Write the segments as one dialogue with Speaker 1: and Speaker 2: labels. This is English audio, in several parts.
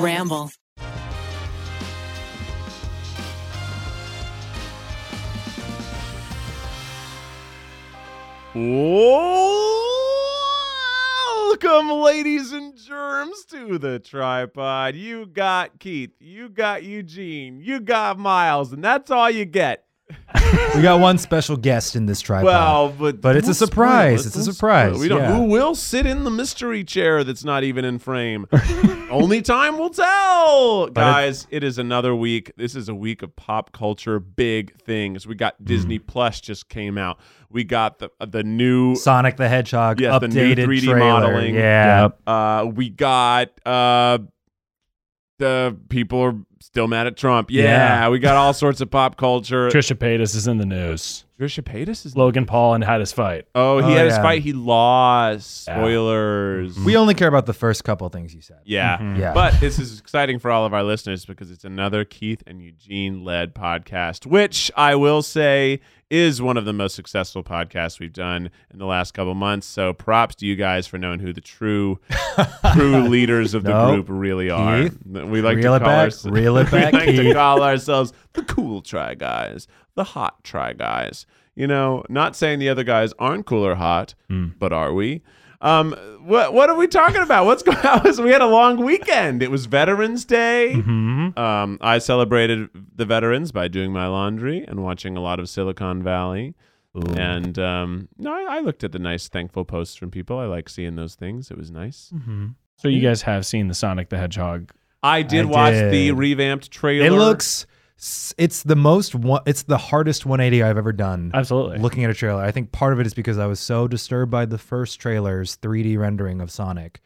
Speaker 1: Ramble.
Speaker 2: Welcome, ladies and germs, to the tripod. You got Keith, you got Eugene, you got Miles, and that's all you get.
Speaker 3: We got one special guest in this tripod.
Speaker 2: Well, but
Speaker 3: But it's a
Speaker 2: don't spoil
Speaker 3: surprise.
Speaker 2: it.
Speaker 3: It's a
Speaker 2: Don't spoil
Speaker 3: surprise.
Speaker 2: it. We don't.
Speaker 3: Yeah.
Speaker 2: Who will sit in the mystery chair that's not even in frame? Only time will tell, guys. it is another week. This is a week of pop culture big things. We got Disney
Speaker 3: Mm.
Speaker 2: Plus just came out. We got the the new
Speaker 3: Sonic the Hedgehog
Speaker 2: Yes, the new
Speaker 3: updated
Speaker 2: 3D
Speaker 3: trailer.
Speaker 2: modeling.
Speaker 3: Yeah.
Speaker 2: Uh, we got uh, the people are still mad at Trump. Yeah,
Speaker 4: Yeah.
Speaker 2: we got all sorts of pop culture.
Speaker 4: Trisha Paytas is in the news.
Speaker 2: Trisha Paytas is.
Speaker 4: Logan Paul and had his fight.
Speaker 2: oh, he
Speaker 3: Oh,
Speaker 2: had his
Speaker 3: yeah.
Speaker 2: fight. He lost.
Speaker 4: Yeah.
Speaker 2: Spoilers.
Speaker 3: We only care about the first couple things you said.
Speaker 2: yeah.
Speaker 4: Mhm.
Speaker 3: Yeah.
Speaker 2: But this is exciting for all of our listeners because it's another Keith and Eugene led podcast, which I will say is one of the most successful podcasts we've done in the last couple months. So props to you guys for knowing who the true true leaders of the
Speaker 3: No.
Speaker 2: group really are.
Speaker 3: Keith,
Speaker 2: we like
Speaker 3: reel
Speaker 2: to
Speaker 3: it
Speaker 2: call
Speaker 3: back,
Speaker 2: ours-
Speaker 3: reel it back,
Speaker 2: we like to
Speaker 3: Keith.
Speaker 2: call ourselves the cool try guys, the hot try guys. You know, not saying the other guys aren't cool or hot,
Speaker 3: Hmm.
Speaker 2: but are we? Um, what what are we talking about? What's going on? We had a long weekend. It was Veterans Day.
Speaker 3: Mm-hmm.
Speaker 2: Um, I celebrated the veterans by doing my laundry and watching a lot of Silicon Valley. And um, no, I, I looked at the nice, thankful posts from people. I like seeing those things. It was nice.
Speaker 3: Mm.
Speaker 4: So you guys have seen the Sonic the Hedgehog.
Speaker 2: I did
Speaker 3: I
Speaker 2: watch
Speaker 3: did.
Speaker 2: the revamped trailer.
Speaker 3: It looks. It's the most. One, it's the hardest 180 I've ever done.
Speaker 4: Absolutely.
Speaker 3: Looking at a trailer, I think part of it is because I was so disturbed by the first trailer's 3D rendering of Sonic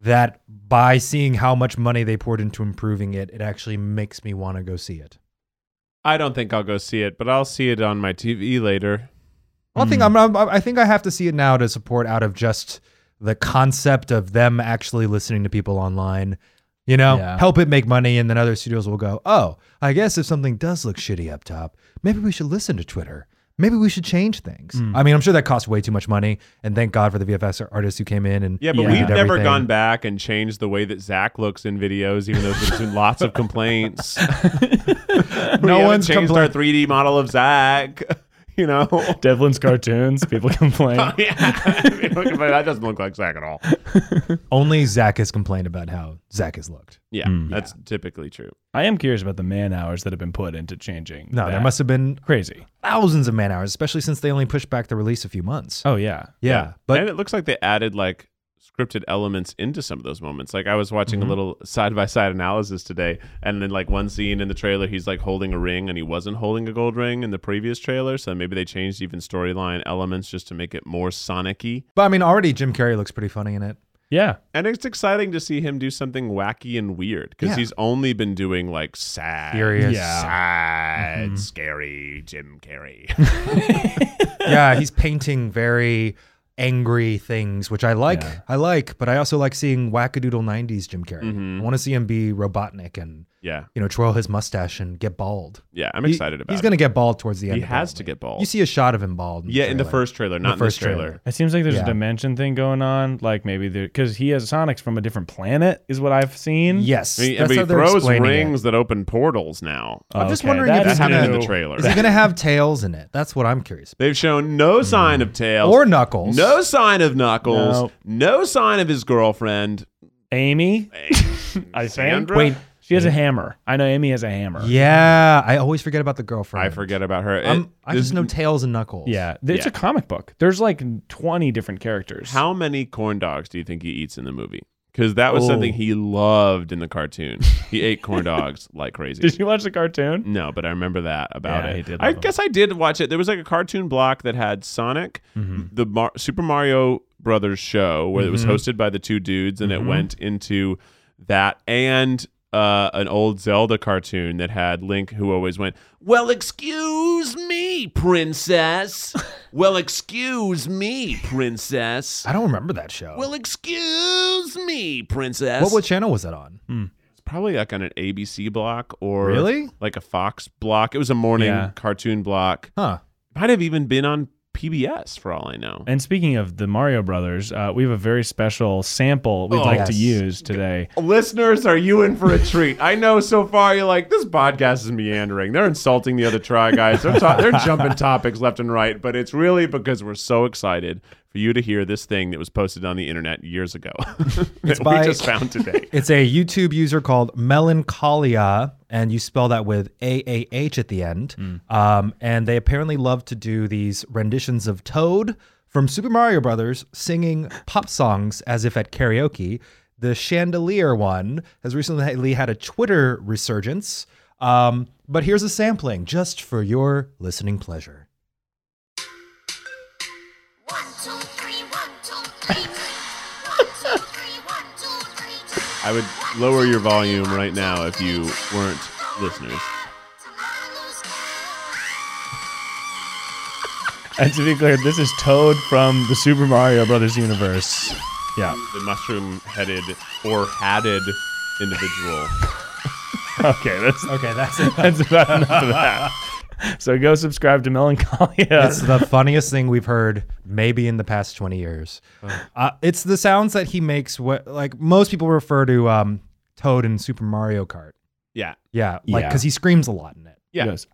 Speaker 3: that by seeing how much money they poured into improving it, it actually makes me want to go see it.
Speaker 2: I don't think I'll go see it, but I'll see it on my TV later.
Speaker 3: Well, I think
Speaker 4: Hmm.
Speaker 3: I'm, I'm. I think I have to see it now to support out of just the concept of them actually listening to people online. You know,
Speaker 4: Yeah.
Speaker 3: help it make money, and then other studios will go, "Oh, I guess if something does look shitty up top, maybe we should listen to Twitter. Maybe we should change things."
Speaker 4: Hmm.
Speaker 3: I mean, I'm sure that costs way too much money, and thank God for the VFX artists who came in and
Speaker 2: Yeah, but
Speaker 4: Yeah.
Speaker 2: we've
Speaker 3: did
Speaker 2: never
Speaker 3: everything.
Speaker 2: gone back and changed the way that Zach looks in videos, even though there's been lots of complaints.
Speaker 3: No one's
Speaker 2: changed our
Speaker 3: complained.
Speaker 2: 3D model of Zach. You know,
Speaker 4: Devlin's cartoons, people complain.
Speaker 2: yeah, but that doesn't look like Zach at all.
Speaker 3: Only Zach has complained about how Zach has looked.
Speaker 2: Yeah, that's typically true.
Speaker 4: I am curious about the man hours that have been put into changing.
Speaker 3: No,
Speaker 4: that.
Speaker 3: there must have been
Speaker 4: crazy.
Speaker 3: thousands of man hours, especially since they only pushed back the release a few months.
Speaker 4: Oh yeah.
Speaker 3: yeah, but
Speaker 2: and it looks like they added like scripted elements into some of those moments. Like I was watching
Speaker 3: Mm-hmm.
Speaker 2: a little side by side analysis today, and then like one scene in the trailer, he's like holding a ring, and he wasn't holding a gold ring in the previous trailer. So maybe they changed even storyline elements just to make it more Sonic-y.
Speaker 3: But I mean, already Jim Carrey looks pretty funny in it.
Speaker 4: Yeah.
Speaker 2: And it's exciting to see him do something wacky and weird because
Speaker 3: Yeah.
Speaker 2: he's only been doing like sad,
Speaker 3: Furious. Mm-hmm.
Speaker 4: Yeah.
Speaker 2: sad, scary Jim Carrey.
Speaker 3: yeah, he's painting very angry things, which I like.
Speaker 4: Yeah.
Speaker 3: I like, but I also like seeing wackadoodle '90s Jim Carrey.
Speaker 2: Mm-hmm.
Speaker 3: I want to see him be Robotnik and
Speaker 2: yeah,
Speaker 3: you know twirl his mustache and get bald.
Speaker 2: yeah, I'm
Speaker 3: He-
Speaker 2: excited about.
Speaker 3: He's
Speaker 2: it.
Speaker 3: gonna get bald towards the end.
Speaker 2: He has to
Speaker 3: apparently.
Speaker 2: get bald.
Speaker 3: You see a shot of him bald. In
Speaker 2: yeah, in the
Speaker 3: trailer.
Speaker 2: first trailer, not in
Speaker 3: first
Speaker 2: this trailer.
Speaker 3: trailer.
Speaker 4: It seems like there's
Speaker 3: Yeah.
Speaker 4: a dimension thing going on. Like maybe there because he has Sonic's from a different planet, is what I've seen.
Speaker 3: Yes,
Speaker 2: I mean,
Speaker 3: that's
Speaker 2: but mm-hmm.
Speaker 3: how
Speaker 2: he
Speaker 3: they're
Speaker 2: throws
Speaker 3: explaining it. Uh,
Speaker 2: rings that open portals now.
Speaker 3: I'm just
Speaker 4: Okay,
Speaker 3: wondering if
Speaker 4: that
Speaker 2: That
Speaker 3: he's
Speaker 4: is
Speaker 2: happened in
Speaker 3: gonna.
Speaker 2: the
Speaker 4: new.
Speaker 2: trailer.
Speaker 3: Is he gonna have tails in it? That's what I'm curious.
Speaker 2: They've shown no sign of
Speaker 3: About.
Speaker 2: Tails
Speaker 3: Hmm. Or knuckles.
Speaker 2: No sign of Knuckles.
Speaker 4: Nope.
Speaker 2: No sign of his girlfriend.
Speaker 4: Amy. I think.
Speaker 2: Sandra?
Speaker 4: Wait, she has a hammer. I know Amy has a hammer.
Speaker 3: Yeah, I always forget about the girlfriend.
Speaker 2: I forget about her. It-
Speaker 3: I'm, I
Speaker 2: this-
Speaker 3: just know tails and knuckles.
Speaker 4: Yeah, it's
Speaker 2: Yeah.
Speaker 4: a comic book. There's like 20 different characters.
Speaker 2: How many corn dogs do you think he eats in the movie? Because that was
Speaker 4: Oh.
Speaker 2: something he loved in the cartoon. He ate corn dogs like crazy.
Speaker 4: Did you watch the cartoon?
Speaker 2: No, but I remember that about
Speaker 4: Yeah,
Speaker 2: it.
Speaker 4: he did
Speaker 2: I
Speaker 4: love 'em.
Speaker 2: guess I did watch it. There was like a cartoon block that had Sonic, the Mar- Super Mario Brothers show, where it was hosted by the two dudes, and it went into that and. Uh, an old Zelda cartoon that had Link who always went, Well, excuse me, princess. Well, excuse me, princess.
Speaker 3: I don't remember that show.
Speaker 2: Well, excuse me, princess.
Speaker 3: what, what channel was that on?
Speaker 2: It's probably like on an ABC block or
Speaker 3: Really?
Speaker 2: like a Fox block. It was a morning
Speaker 4: Yeah.
Speaker 2: cartoon block.
Speaker 3: Huh.
Speaker 2: Might have even been on PBS for all I know.
Speaker 4: And speaking of the Mario Brothers, uh, we have a very special sample we'd
Speaker 2: Oh,
Speaker 4: like to
Speaker 3: yes.
Speaker 4: use today.
Speaker 2: Listeners, are you in for a treat? I know so far you're like, this podcast is meandering. They're insulting the other Try Guys. They're, ta- they're jumping topics left and right, but it's really because we're so excited for you to hear this thing that was posted on the internet years ago that we
Speaker 3: by-
Speaker 2: just found today.
Speaker 3: It's a YouTube user called Melancholia, and you spell that with A A H at the end. Um, and they apparently love to do these renditions of Toad from Super Mario Brothers singing pop songs as if at karaoke. The Chandelier one has recently had a Twitter resurgence. Um, but here's a sampling just for your listening pleasure.
Speaker 1: One, two, three, one, two, three. One, two, three, one, two, three.
Speaker 2: I would lower your volume right now if you weren't listeners.
Speaker 4: And to be clear, this is Toad from the Super Mario Brothers universe. Yeah.
Speaker 2: The mushroom headed or hatted individual.
Speaker 4: Okay, that's
Speaker 3: Okay, that's it.
Speaker 4: that's about enough of that. So go subscribe to Melancholia.
Speaker 3: It's the funniest thing we've heard maybe in the past 20 years.
Speaker 2: Oh.
Speaker 3: Uh, it's the sounds that he makes what like most people refer to um, Toad in Super Mario Kart.
Speaker 2: Yeah.
Speaker 3: Yeah, like
Speaker 4: Yeah.
Speaker 3: cuz he screams a lot in it.
Speaker 2: Yeah.
Speaker 4: Yes.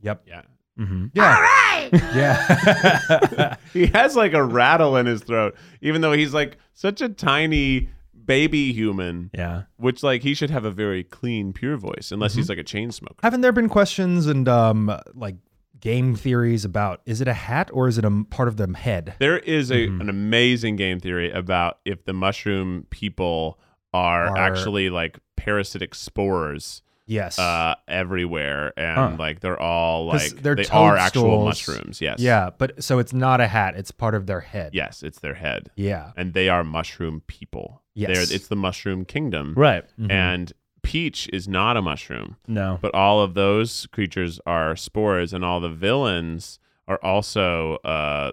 Speaker 3: Yep.
Speaker 2: Yeah.
Speaker 4: Mhm.
Speaker 3: Yeah. Yeah.
Speaker 2: he has like a rattle in his throat, even though he's like such a tiny baby human,
Speaker 4: Yeah.
Speaker 2: which like he should have a very clean, pure voice, unless he's like a chain smoker.
Speaker 3: Haven't there been questions and um like game theories about is it a hat or is it a m- part of the head?
Speaker 2: There is a an amazing game theory about if the mushroom people are,
Speaker 3: Are-
Speaker 2: actually like parasitic spores
Speaker 3: Yes.
Speaker 2: uh, everywhere, and
Speaker 4: Huh.
Speaker 2: like they're all
Speaker 3: 'Cause
Speaker 2: like
Speaker 3: they're
Speaker 2: they are actual
Speaker 3: toadstools.
Speaker 2: mushrooms. Yes.
Speaker 3: yeah, but so it's not a hat, it's part of their head.
Speaker 2: Yes, it's their head,
Speaker 3: Yeah.
Speaker 2: and they are mushroom people.
Speaker 3: Yes. Mm-hmm.
Speaker 2: They're, it's the mushroom kingdom,
Speaker 4: Right.
Speaker 2: and Peach is not a mushroom.
Speaker 4: No.
Speaker 2: but all of those creatures are spores, and all the villains are also uh,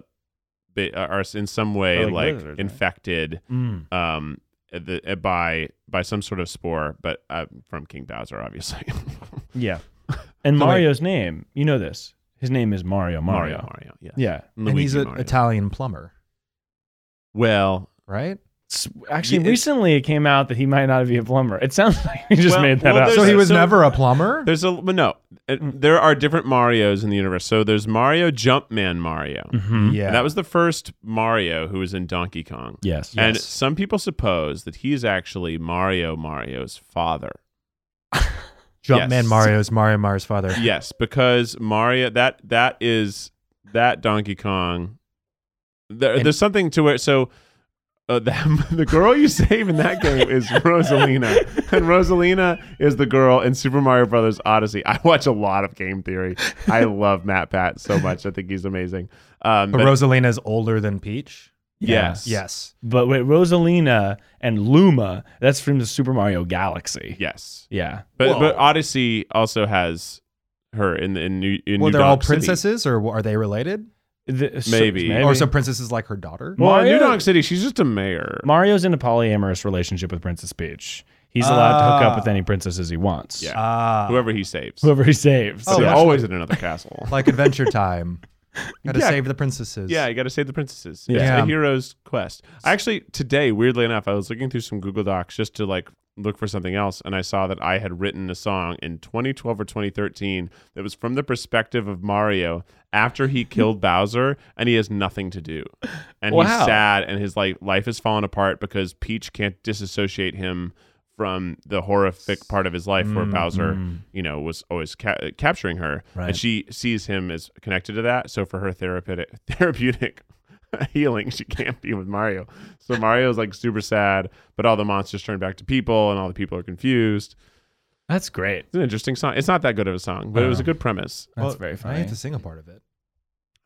Speaker 2: they are in some way
Speaker 4: They're like
Speaker 2: like,
Speaker 4: lizards, right?
Speaker 2: infected
Speaker 4: Mm.
Speaker 2: um the, by by some sort of spore, but uh, from King Bowser, obviously.
Speaker 4: Yeah. And
Speaker 3: So wait.
Speaker 4: Mario's name, you know this. His name is Mario Mario.
Speaker 2: Mario, Mario, yeah,
Speaker 4: Yeah.
Speaker 2: And
Speaker 3: and he's
Speaker 2: Luigi
Speaker 3: an
Speaker 2: Mario.
Speaker 3: Italian plumber,
Speaker 2: well,
Speaker 3: right?
Speaker 4: S- Actually,
Speaker 2: Yeah, it-
Speaker 4: recently it came out that he might not be a plumber. It sounds like he just
Speaker 2: Well-
Speaker 4: made that
Speaker 2: well,
Speaker 4: up.
Speaker 2: there's-
Speaker 3: So he was
Speaker 2: So-
Speaker 3: never a plumber?
Speaker 2: there's a but no, Uh, there are different Mario's in the universe. So there's Mario Jumpman Mario.
Speaker 4: Mhm.
Speaker 3: Yeah.
Speaker 2: Mm-hmm. And that was the first Mario who was in Donkey Kong.
Speaker 4: Yes.
Speaker 2: And
Speaker 3: Yes.
Speaker 2: some people suppose that he's actually Mario Mario's father.
Speaker 3: Jumpman
Speaker 2: Yes.
Speaker 3: Mario's Mario Mario's father.
Speaker 2: yes, because Mario that that is that Donkey Kong. There,
Speaker 3: And-
Speaker 2: there's something to it. So uh, the, the girl you save in that game is Rosalina, and Rosalina is the girl in Super Mario Brothers Odyssey. I watch a lot of game theory. I love Matt Pat so much. I think he's amazing. Um,
Speaker 3: But
Speaker 2: but-
Speaker 3: Rosalina is older than Peach.
Speaker 2: yes,
Speaker 3: Yes.
Speaker 4: But wait, Rosalina and Luma, that's from the Super Mario Galaxy.
Speaker 2: yes.
Speaker 4: Yeah.
Speaker 2: But
Speaker 3: Whoa.
Speaker 2: but Odyssey also has her in in New in
Speaker 3: well,
Speaker 2: New
Speaker 3: they're all
Speaker 2: Donk City.
Speaker 3: princesses, or are they related?
Speaker 4: The- so-
Speaker 2: Maybe.
Speaker 3: Or some princesses like her daughter?
Speaker 2: Well, in New
Speaker 4: Mario-
Speaker 2: Donk City, she's just a mayor.
Speaker 4: Mario's in a polyamorous relationship with Princess Peach. He's allowed to hook up
Speaker 3: Ah.
Speaker 4: with any princesses he wants.
Speaker 2: Yeah.
Speaker 3: Ah,
Speaker 2: Whoever he saves.
Speaker 4: Whoever he saves.
Speaker 2: So
Speaker 3: Oh,
Speaker 2: they're
Speaker 3: that's
Speaker 2: always in another castle.
Speaker 3: like Adventure Time. Gotta
Speaker 2: Yeah.
Speaker 3: save the princesses.
Speaker 2: yeah, you got to save the princesses.
Speaker 3: Yeah.
Speaker 2: It's a hero's quest. Actually, today, weirdly enough, I was looking through some Google Docs just to like look for something else, and I saw that I had written a song in 2012 or 2013 that was from the perspective of Mario after he killed Bowser, and he has nothing to do, and he's
Speaker 4: Wow.
Speaker 2: sad, and his like life has fallen apart because Peach can't disassociate him. From the horrific part of his life
Speaker 3: Mm,
Speaker 2: where Bowser, you know, was always ca- capturing her, and
Speaker 3: Right.
Speaker 2: she sees him as connected to that. So for her therapeutic therapeutic healing, she can't be with Mario. So Mario's like super sad, but all the monsters turn back to people, and all the people are confused.
Speaker 4: That's great.
Speaker 2: It's an interesting song. It's not that good of a song, but it was a good premise.
Speaker 4: That's
Speaker 3: Well,
Speaker 4: very
Speaker 3: Oh. I
Speaker 4: funny.
Speaker 3: have to sing a part of it.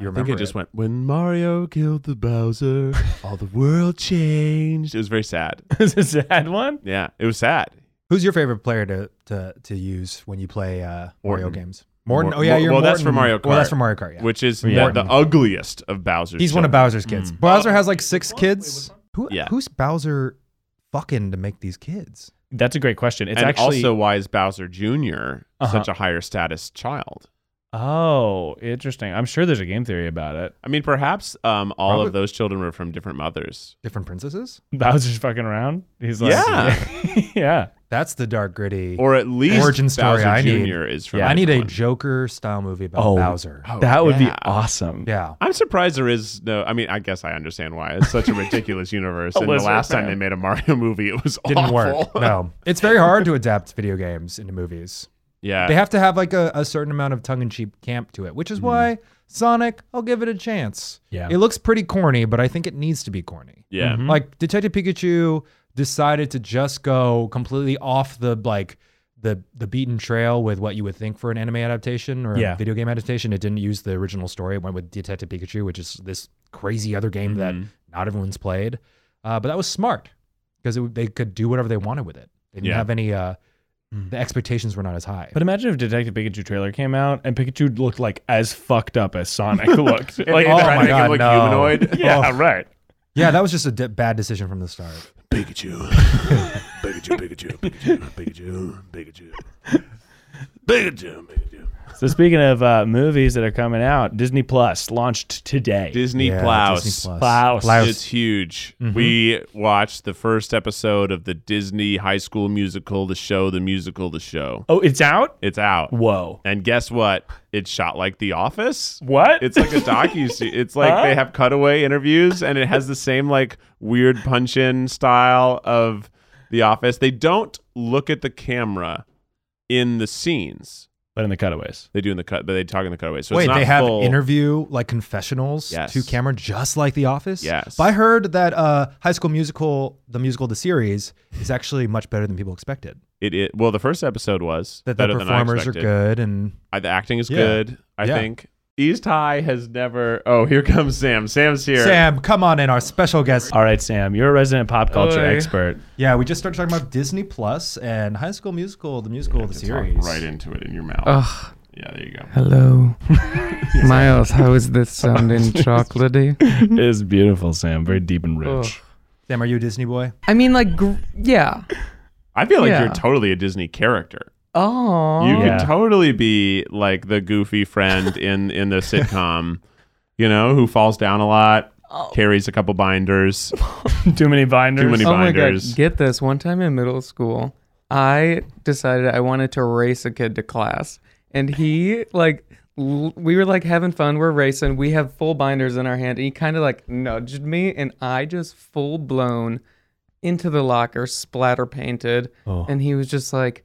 Speaker 3: You
Speaker 2: I think
Speaker 3: remember
Speaker 2: it just went when Mario killed the Bowser, all the world changed. It was very sad.
Speaker 4: Is this a sad one?
Speaker 2: Yeah, it was sad.
Speaker 3: Who's your favorite player to to, to use when you play uh, Mario
Speaker 2: Morton.
Speaker 3: games? Morton.
Speaker 2: Mor-
Speaker 3: oh yeah,
Speaker 2: Mor-
Speaker 3: you're
Speaker 2: well, that's for
Speaker 3: Morton.
Speaker 2: Mario
Speaker 3: Well, that's
Speaker 2: Kart.
Speaker 3: for Mario Kart. Yeah.
Speaker 2: Which is
Speaker 4: Yeah.
Speaker 2: the, the ugliest of Bowser's.
Speaker 3: He's one of
Speaker 2: children.
Speaker 3: Bowser's kids. Bowser has like six kids. Who,
Speaker 2: Mm. Yeah.
Speaker 3: Who's Bowser fucking to make these kids?
Speaker 4: That's a great question. It's
Speaker 2: and
Speaker 4: actually
Speaker 2: also why is Bowser junior
Speaker 4: Uh-huh.
Speaker 2: such a higher status child?
Speaker 4: Oh, interesting. I'm sure there's a game theory about it.
Speaker 2: I mean, perhaps um, all
Speaker 3: Probably-
Speaker 2: of those children were from different mothers.
Speaker 3: Different princesses?
Speaker 4: Bowser's fucking around. He's like,
Speaker 2: Yeah.
Speaker 4: yeah.
Speaker 3: That's the dark gritty.
Speaker 2: Or at least
Speaker 3: Origin story
Speaker 2: Bowser
Speaker 3: I need.
Speaker 2: Jr. is from.
Speaker 4: Yeah,
Speaker 3: I need a
Speaker 2: everyone.
Speaker 3: Joker style movie about
Speaker 4: Oh.
Speaker 3: Bowser.
Speaker 2: Oh,
Speaker 4: that would
Speaker 2: yeah.
Speaker 4: be awesome.
Speaker 3: Yeah.
Speaker 2: I'm surprised there is no. I mean, I guess I understand why. It's such a ridiculous universe. and the
Speaker 4: lizard
Speaker 2: last time
Speaker 4: man.
Speaker 2: they made a Mario movie, it was
Speaker 3: Didn't
Speaker 2: awful.
Speaker 3: work. No. It's very hard to adapt video games into movies.
Speaker 2: yeah.
Speaker 3: They have to have like a, a certain amount of tongue in cheek camp to it, which is why Sonic, I'll give it a chance.
Speaker 4: Yeah.
Speaker 3: It looks pretty corny, but I think it needs to be corny.
Speaker 2: yeah.
Speaker 3: Like Detective Pikachu decided to just go completely off the like the the beaten trail with what you would think for an anime adaptation or
Speaker 4: Yeah.
Speaker 3: a video game adaptation. It didn't use the original story. It went with Detective Pikachu, which is this crazy other game that not everyone's played. Uh, but that was smart because it, would- they could do whatever they wanted with it. They didn't
Speaker 2: Yeah.
Speaker 3: have any. Uh, the expectations were not as high.
Speaker 4: But uh, imagine if Detective Pikachu trailer came out and Pikachu looked like as fucked up as Sonic looked. like, Oh.
Speaker 3: oh
Speaker 2: Trying
Speaker 3: my
Speaker 2: to make him
Speaker 3: God,
Speaker 2: look
Speaker 3: no.
Speaker 2: humanoid.
Speaker 4: yeah, right.
Speaker 3: Yeah, that was just a d- bad decision from the start.
Speaker 2: Pikachu. Pikachu, Pikachu, Pikachu, Pikachu, Pikachu. Pikachu, Pikachu.
Speaker 4: So speaking of uh, movies that are coming out, Disney Plus launched today.
Speaker 2: Disney
Speaker 3: Yeah,
Speaker 2: Plouse.
Speaker 3: Disney Mm-hmm.
Speaker 4: Plouse.
Speaker 2: It's huge. We watched the first episode of the Disney High School Musical, the show, the musical, the show.
Speaker 4: oh, it's out.
Speaker 2: It's out.
Speaker 4: Whoa.
Speaker 2: And guess what? It's shot like The Office.
Speaker 4: What?
Speaker 2: It's like a docu. it's like
Speaker 4: Huh?
Speaker 2: they have cutaway interviews, and it has the same like weird punch in style of The Office. They don't look at the camera in the scenes.
Speaker 4: but in the cutaways.
Speaker 2: They do in the cut, but they talk in the cutaway. So
Speaker 3: Wait,
Speaker 2: it's not
Speaker 3: they have
Speaker 2: full.
Speaker 3: interview like confessionals
Speaker 2: Yes.
Speaker 3: to camera, just like The Office.
Speaker 2: Yes.
Speaker 3: but I heard that uh, High School Musical, the musical, the series, is actually much better than people expected.
Speaker 2: It, it well, the first episode was
Speaker 3: That the
Speaker 2: better than I
Speaker 3: performers are
Speaker 2: expected.
Speaker 3: good, and
Speaker 2: I, the acting is
Speaker 3: Yeah.
Speaker 2: good. I
Speaker 3: Yeah.
Speaker 2: think East High has never. Oh, here comes Sam. Sam's here.
Speaker 3: Sam, come on in, our special guest.
Speaker 4: All right, Sam, you're a resident pop culture
Speaker 2: Oy.
Speaker 4: expert.
Speaker 3: Yeah, we just started talking about Disney Plus and High School Musical, the musical, the
Speaker 2: Just talk
Speaker 3: series.
Speaker 2: right into it in your mouth.
Speaker 5: Ugh,
Speaker 2: Yeah, there you go.
Speaker 5: hello. Miles, how is this sounding chocolatey?
Speaker 4: it is beautiful, Sam. Very deep and rich.
Speaker 3: Sam, are you a Disney boy?
Speaker 5: I mean, like, gr- yeah.
Speaker 2: I feel like
Speaker 5: Yeah.
Speaker 2: you're totally a Disney character.
Speaker 5: Oh.
Speaker 2: You
Speaker 4: Yeah.
Speaker 2: could totally be like the goofy friend in in the sitcom, you know, who falls down a lot, carries a couple binders.
Speaker 4: Too many binders.
Speaker 2: Too many
Speaker 5: oh my god,
Speaker 2: binders.
Speaker 5: get this. One time in middle school, I decided I wanted to race a kid to class. And he, like, l- we were like having fun. We're racing. We have full binders in our hand. And he kind of like nudged me, and I just full blown into the locker, splatter painted. And he was just like,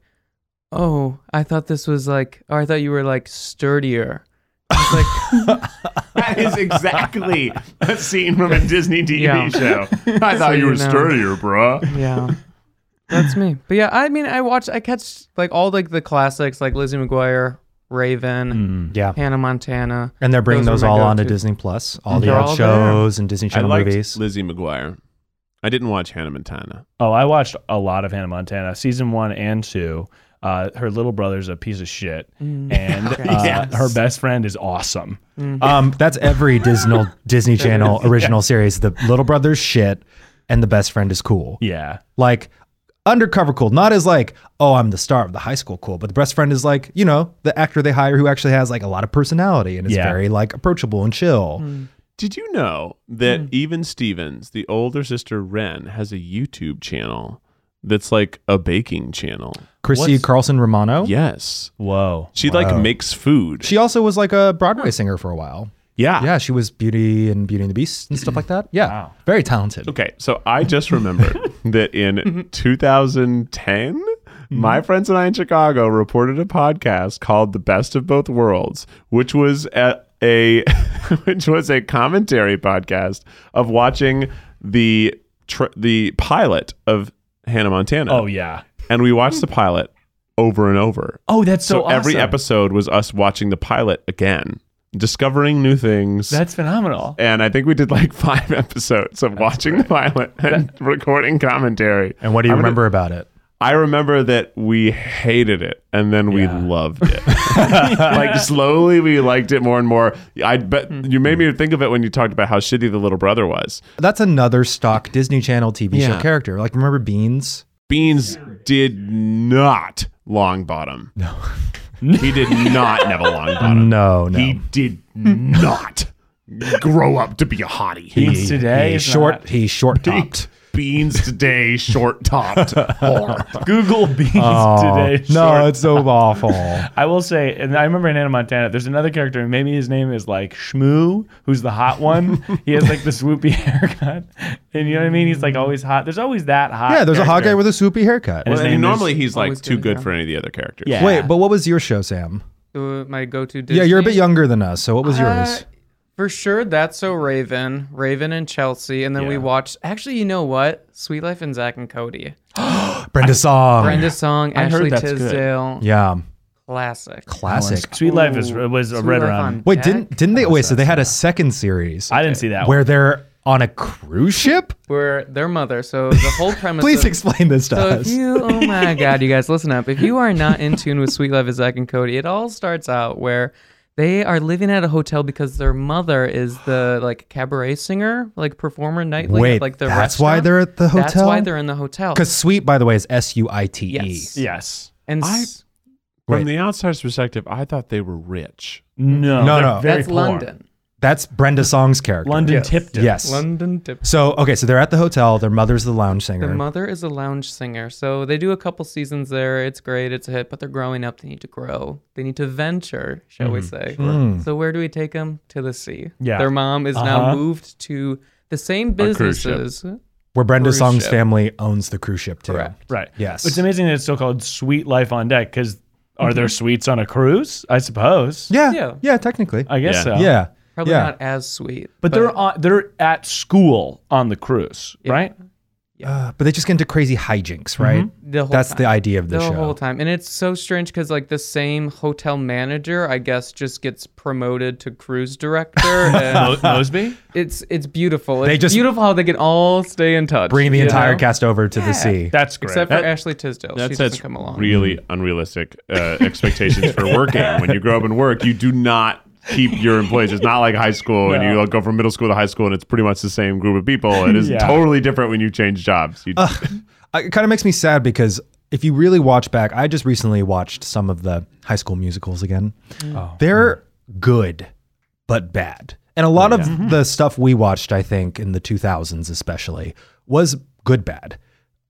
Speaker 5: Oh, I thought this was like, or I thought you were like sturdier. I was like,
Speaker 2: That is exactly a scene from a Disney TV
Speaker 5: Yeah.
Speaker 2: show. I thought
Speaker 5: So
Speaker 2: you
Speaker 5: you
Speaker 2: were
Speaker 5: know.
Speaker 2: sturdier, bruh.
Speaker 5: Yeah. That's me. But yeah, I mean I watch I catch like all like the classics like Lizzie McGuire, Raven,
Speaker 3: Yeah,
Speaker 5: Hannah Montana.
Speaker 3: Mm. and they're bringing
Speaker 5: Those
Speaker 3: those,
Speaker 5: are my
Speaker 3: all onto
Speaker 5: go-to.
Speaker 3: Disney Plus, all the
Speaker 5: They're
Speaker 3: old
Speaker 5: all
Speaker 3: shows and Disney
Speaker 2: I
Speaker 3: Channel
Speaker 2: liked
Speaker 3: movies.
Speaker 2: Lizzie McGuire. I didn't watch Hannah Montana.
Speaker 4: Oh, I watched a lot of Hannah Montana, season one and two. Uh, her little brother's a piece of shit, and uh,
Speaker 2: Yes.
Speaker 4: her best friend is awesome.
Speaker 3: Um, that's every Disney Disney Channel original series. The little brother's shit, and the best friend is cool.
Speaker 4: Yeah,
Speaker 3: Like undercover cool, not as like oh I'm the star of the high school cool, but the best friend is like you know the actor they hire who actually has like a lot of personality and is
Speaker 4: Yeah.
Speaker 3: very like approachable and chill.
Speaker 4: Hmm.
Speaker 2: Did you know that even Stevens, the older sister Ren, has a YouTube channel that's like a baking channel?
Speaker 3: Chrissy
Speaker 4: What's-
Speaker 3: Carlson Romano.
Speaker 2: Yes.
Speaker 4: whoa.
Speaker 2: She
Speaker 3: Wow.
Speaker 2: like makes food.
Speaker 3: She also was like a Broadway singer for a while.
Speaker 2: yeah.
Speaker 3: Yeah, she was Beauty and Beauty and the Beast and stuff like that. Yeah,
Speaker 4: Ah. Wow.
Speaker 3: very talented.
Speaker 2: Okay, so I just remembered that
Speaker 4: Mm-hmm.
Speaker 2: in 2010, my friends and I in Chicago reported a podcast called "The Best of Both Worlds," which was a, a which was a commentary podcast of watching the tr- the pilot of Hannah Montana.
Speaker 4: Oh yeah.
Speaker 2: and we watched the pilot over and over.
Speaker 4: Oh, that's
Speaker 2: So, every episode was us watching the pilot again, discovering new things.
Speaker 4: That's phenomenal.
Speaker 2: and I think we did like five episodes of watching the pilot and recording commentary.
Speaker 3: And what do you
Speaker 2: I'm gonna-
Speaker 3: remember about it?
Speaker 2: I remember that we hated it and then we
Speaker 4: Yeah.
Speaker 2: loved it. like slowly we liked it more and more. I bet
Speaker 4: Hmm.
Speaker 2: you made me think of it when you talked about how shitty the little brother was.
Speaker 3: That's another stock Disney Channel TV
Speaker 2: Yeah.
Speaker 3: show character. Like remember Beans?
Speaker 2: Beans did not long bottom. No. He did not, Neville
Speaker 4: Uh,
Speaker 2: Longbottom.
Speaker 3: No, no.
Speaker 2: He did not grow up to be a hottie. He's
Speaker 4: Beans today.
Speaker 3: He's
Speaker 4: is
Speaker 3: short.
Speaker 4: not-
Speaker 3: He's short topped.
Speaker 2: beans today, short topped.
Speaker 4: Google beans today. is
Speaker 3: Oh, no,
Speaker 4: short.
Speaker 3: it's so awful.
Speaker 4: I will say, and I remember in Anna Montana, there's another character, and maybe his name is like Shmoo, who's the hot one. he has like the swoopy haircut, and you know what I mean. He's like always hot. There's always that hot.
Speaker 3: Yeah, there's a hot guy
Speaker 4: character.
Speaker 3: with a swoopy haircut.
Speaker 4: His name
Speaker 2: normally he's like
Speaker 5: always
Speaker 2: too
Speaker 5: good,
Speaker 2: good
Speaker 5: yeah.
Speaker 2: for any of the other characters.
Speaker 4: Yeah.
Speaker 3: Wait, but what was your show, Sam?
Speaker 5: Uh, my go-to. Disney.
Speaker 3: Yeah, you're a bit younger than us. So what was yours?
Speaker 5: Uh, for sure, that's so Raven, Raven and Chelsea, and then we
Speaker 4: Yeah.
Speaker 5: watched. Actually, you know what? Sweet Life and Zach and Cody,
Speaker 3: Oh, Brenda Song.
Speaker 5: Brenda Song,
Speaker 4: I heard
Speaker 5: Ashley
Speaker 4: that's good.
Speaker 5: Tisdale,
Speaker 3: Yeah,
Speaker 5: classic.
Speaker 3: classic.
Speaker 4: Sweet Life is was a
Speaker 5: Sweet
Speaker 4: red
Speaker 5: Life
Speaker 4: run.
Speaker 5: on
Speaker 3: Wait,
Speaker 5: Deck.
Speaker 3: didn't didn't they? Wait, so they had a second series.
Speaker 4: I didn't see that.
Speaker 3: where they're on a cruise ship.
Speaker 5: We're their mother, so the whole premise.
Speaker 3: Please
Speaker 5: of,
Speaker 3: explain this to
Speaker 5: So if
Speaker 3: us.
Speaker 5: you, oh my God, you guys, listen up. If you are not in tune with Sweet Love is Zach and Cody, it all starts out where they are living at a hotel because their mother is the like cabaret singer, like performer nightly. at,
Speaker 3: Wait,
Speaker 5: like the
Speaker 3: that's why
Speaker 5: restaurant.
Speaker 3: they're at the
Speaker 5: That's why
Speaker 3: hotel?
Speaker 5: they're in the hotel.
Speaker 3: Because sweet, by the way, is S U I T E.
Speaker 5: yes,
Speaker 4: one. Yes.
Speaker 5: and
Speaker 2: I-
Speaker 5: s-
Speaker 2: From
Speaker 3: Wait.
Speaker 2: the outsider's perspective, I thought they were rich.
Speaker 4: No.
Speaker 3: No,
Speaker 4: they're
Speaker 3: no.
Speaker 4: Very
Speaker 5: that's
Speaker 4: poor.
Speaker 5: London.
Speaker 3: That's Brenda Song's character.
Speaker 4: London tipped him.
Speaker 3: Yes.
Speaker 5: London. Dip-
Speaker 3: So okay, so they're at the hotel. Their mother's the lounge
Speaker 5: The
Speaker 3: singer.
Speaker 5: mother is a lounge singer, so they do a couple seasons there. It's great, it's a hit, but they're growing up. They need to grow. They need to venture, shall we say? So where do we take them? To the sea.
Speaker 4: Yeah.
Speaker 5: Their mom is
Speaker 4: Uh-huh.
Speaker 5: now moved to the same
Speaker 2: cruise ship.
Speaker 5: businesses.
Speaker 3: where Brenda
Speaker 5: Cruise
Speaker 3: Song's
Speaker 5: ship.
Speaker 3: family owns the cruise ship too.
Speaker 5: Correct.
Speaker 4: Right.
Speaker 3: Yes.
Speaker 4: It's amazing that it's still called Sweet Life on Deck because are there sweets on a cruise? I suppose.
Speaker 3: Mm-hmm. Yeah. Yeah.
Speaker 5: Yeah.
Speaker 3: technically.
Speaker 4: I guess
Speaker 2: Yeah.
Speaker 4: so.
Speaker 3: yeah.
Speaker 5: Probably
Speaker 3: yeah.
Speaker 5: not as sweet.
Speaker 4: But they're on, they're at school on the cruise, right?
Speaker 3: Uh, but they just get into crazy hijinks, right?
Speaker 5: Mm-hmm. the whole
Speaker 3: That's
Speaker 5: time.
Speaker 3: the idea of the,
Speaker 5: the
Speaker 3: show.
Speaker 5: whole time. And it's so strange because like the same hotel manager, I guess, just gets promoted to cruise director. and
Speaker 4: Mosby.
Speaker 5: it's it's beautiful. It's
Speaker 3: They just-
Speaker 5: beautiful how they can all stay in touch.
Speaker 3: Bringing the
Speaker 5: you
Speaker 3: entire
Speaker 5: know?
Speaker 3: cast over to the sea.
Speaker 4: That's great.
Speaker 5: Except for
Speaker 2: That-
Speaker 5: Ashley Tisdale. She
Speaker 2: That
Speaker 5: doesn't
Speaker 2: sets
Speaker 5: come along.
Speaker 2: really unrealistic uh, expectations for working. When you grow up and work, you do not keep your employees. It's not like high school, and
Speaker 4: No.
Speaker 2: you go from middle school to high school, and it's pretty much the same group of people. It is
Speaker 4: Yeah.
Speaker 2: totally different when you change jobs. You,
Speaker 3: Uh, it kind of makes me sad because if you really watch back, I just recently watched some of the High School Musicals again.
Speaker 5: Mm.
Speaker 3: They're good, but bad. And a lot
Speaker 5: Oh,
Speaker 3: of the stuff we watched, I think, in the 2000s especially, was good bad.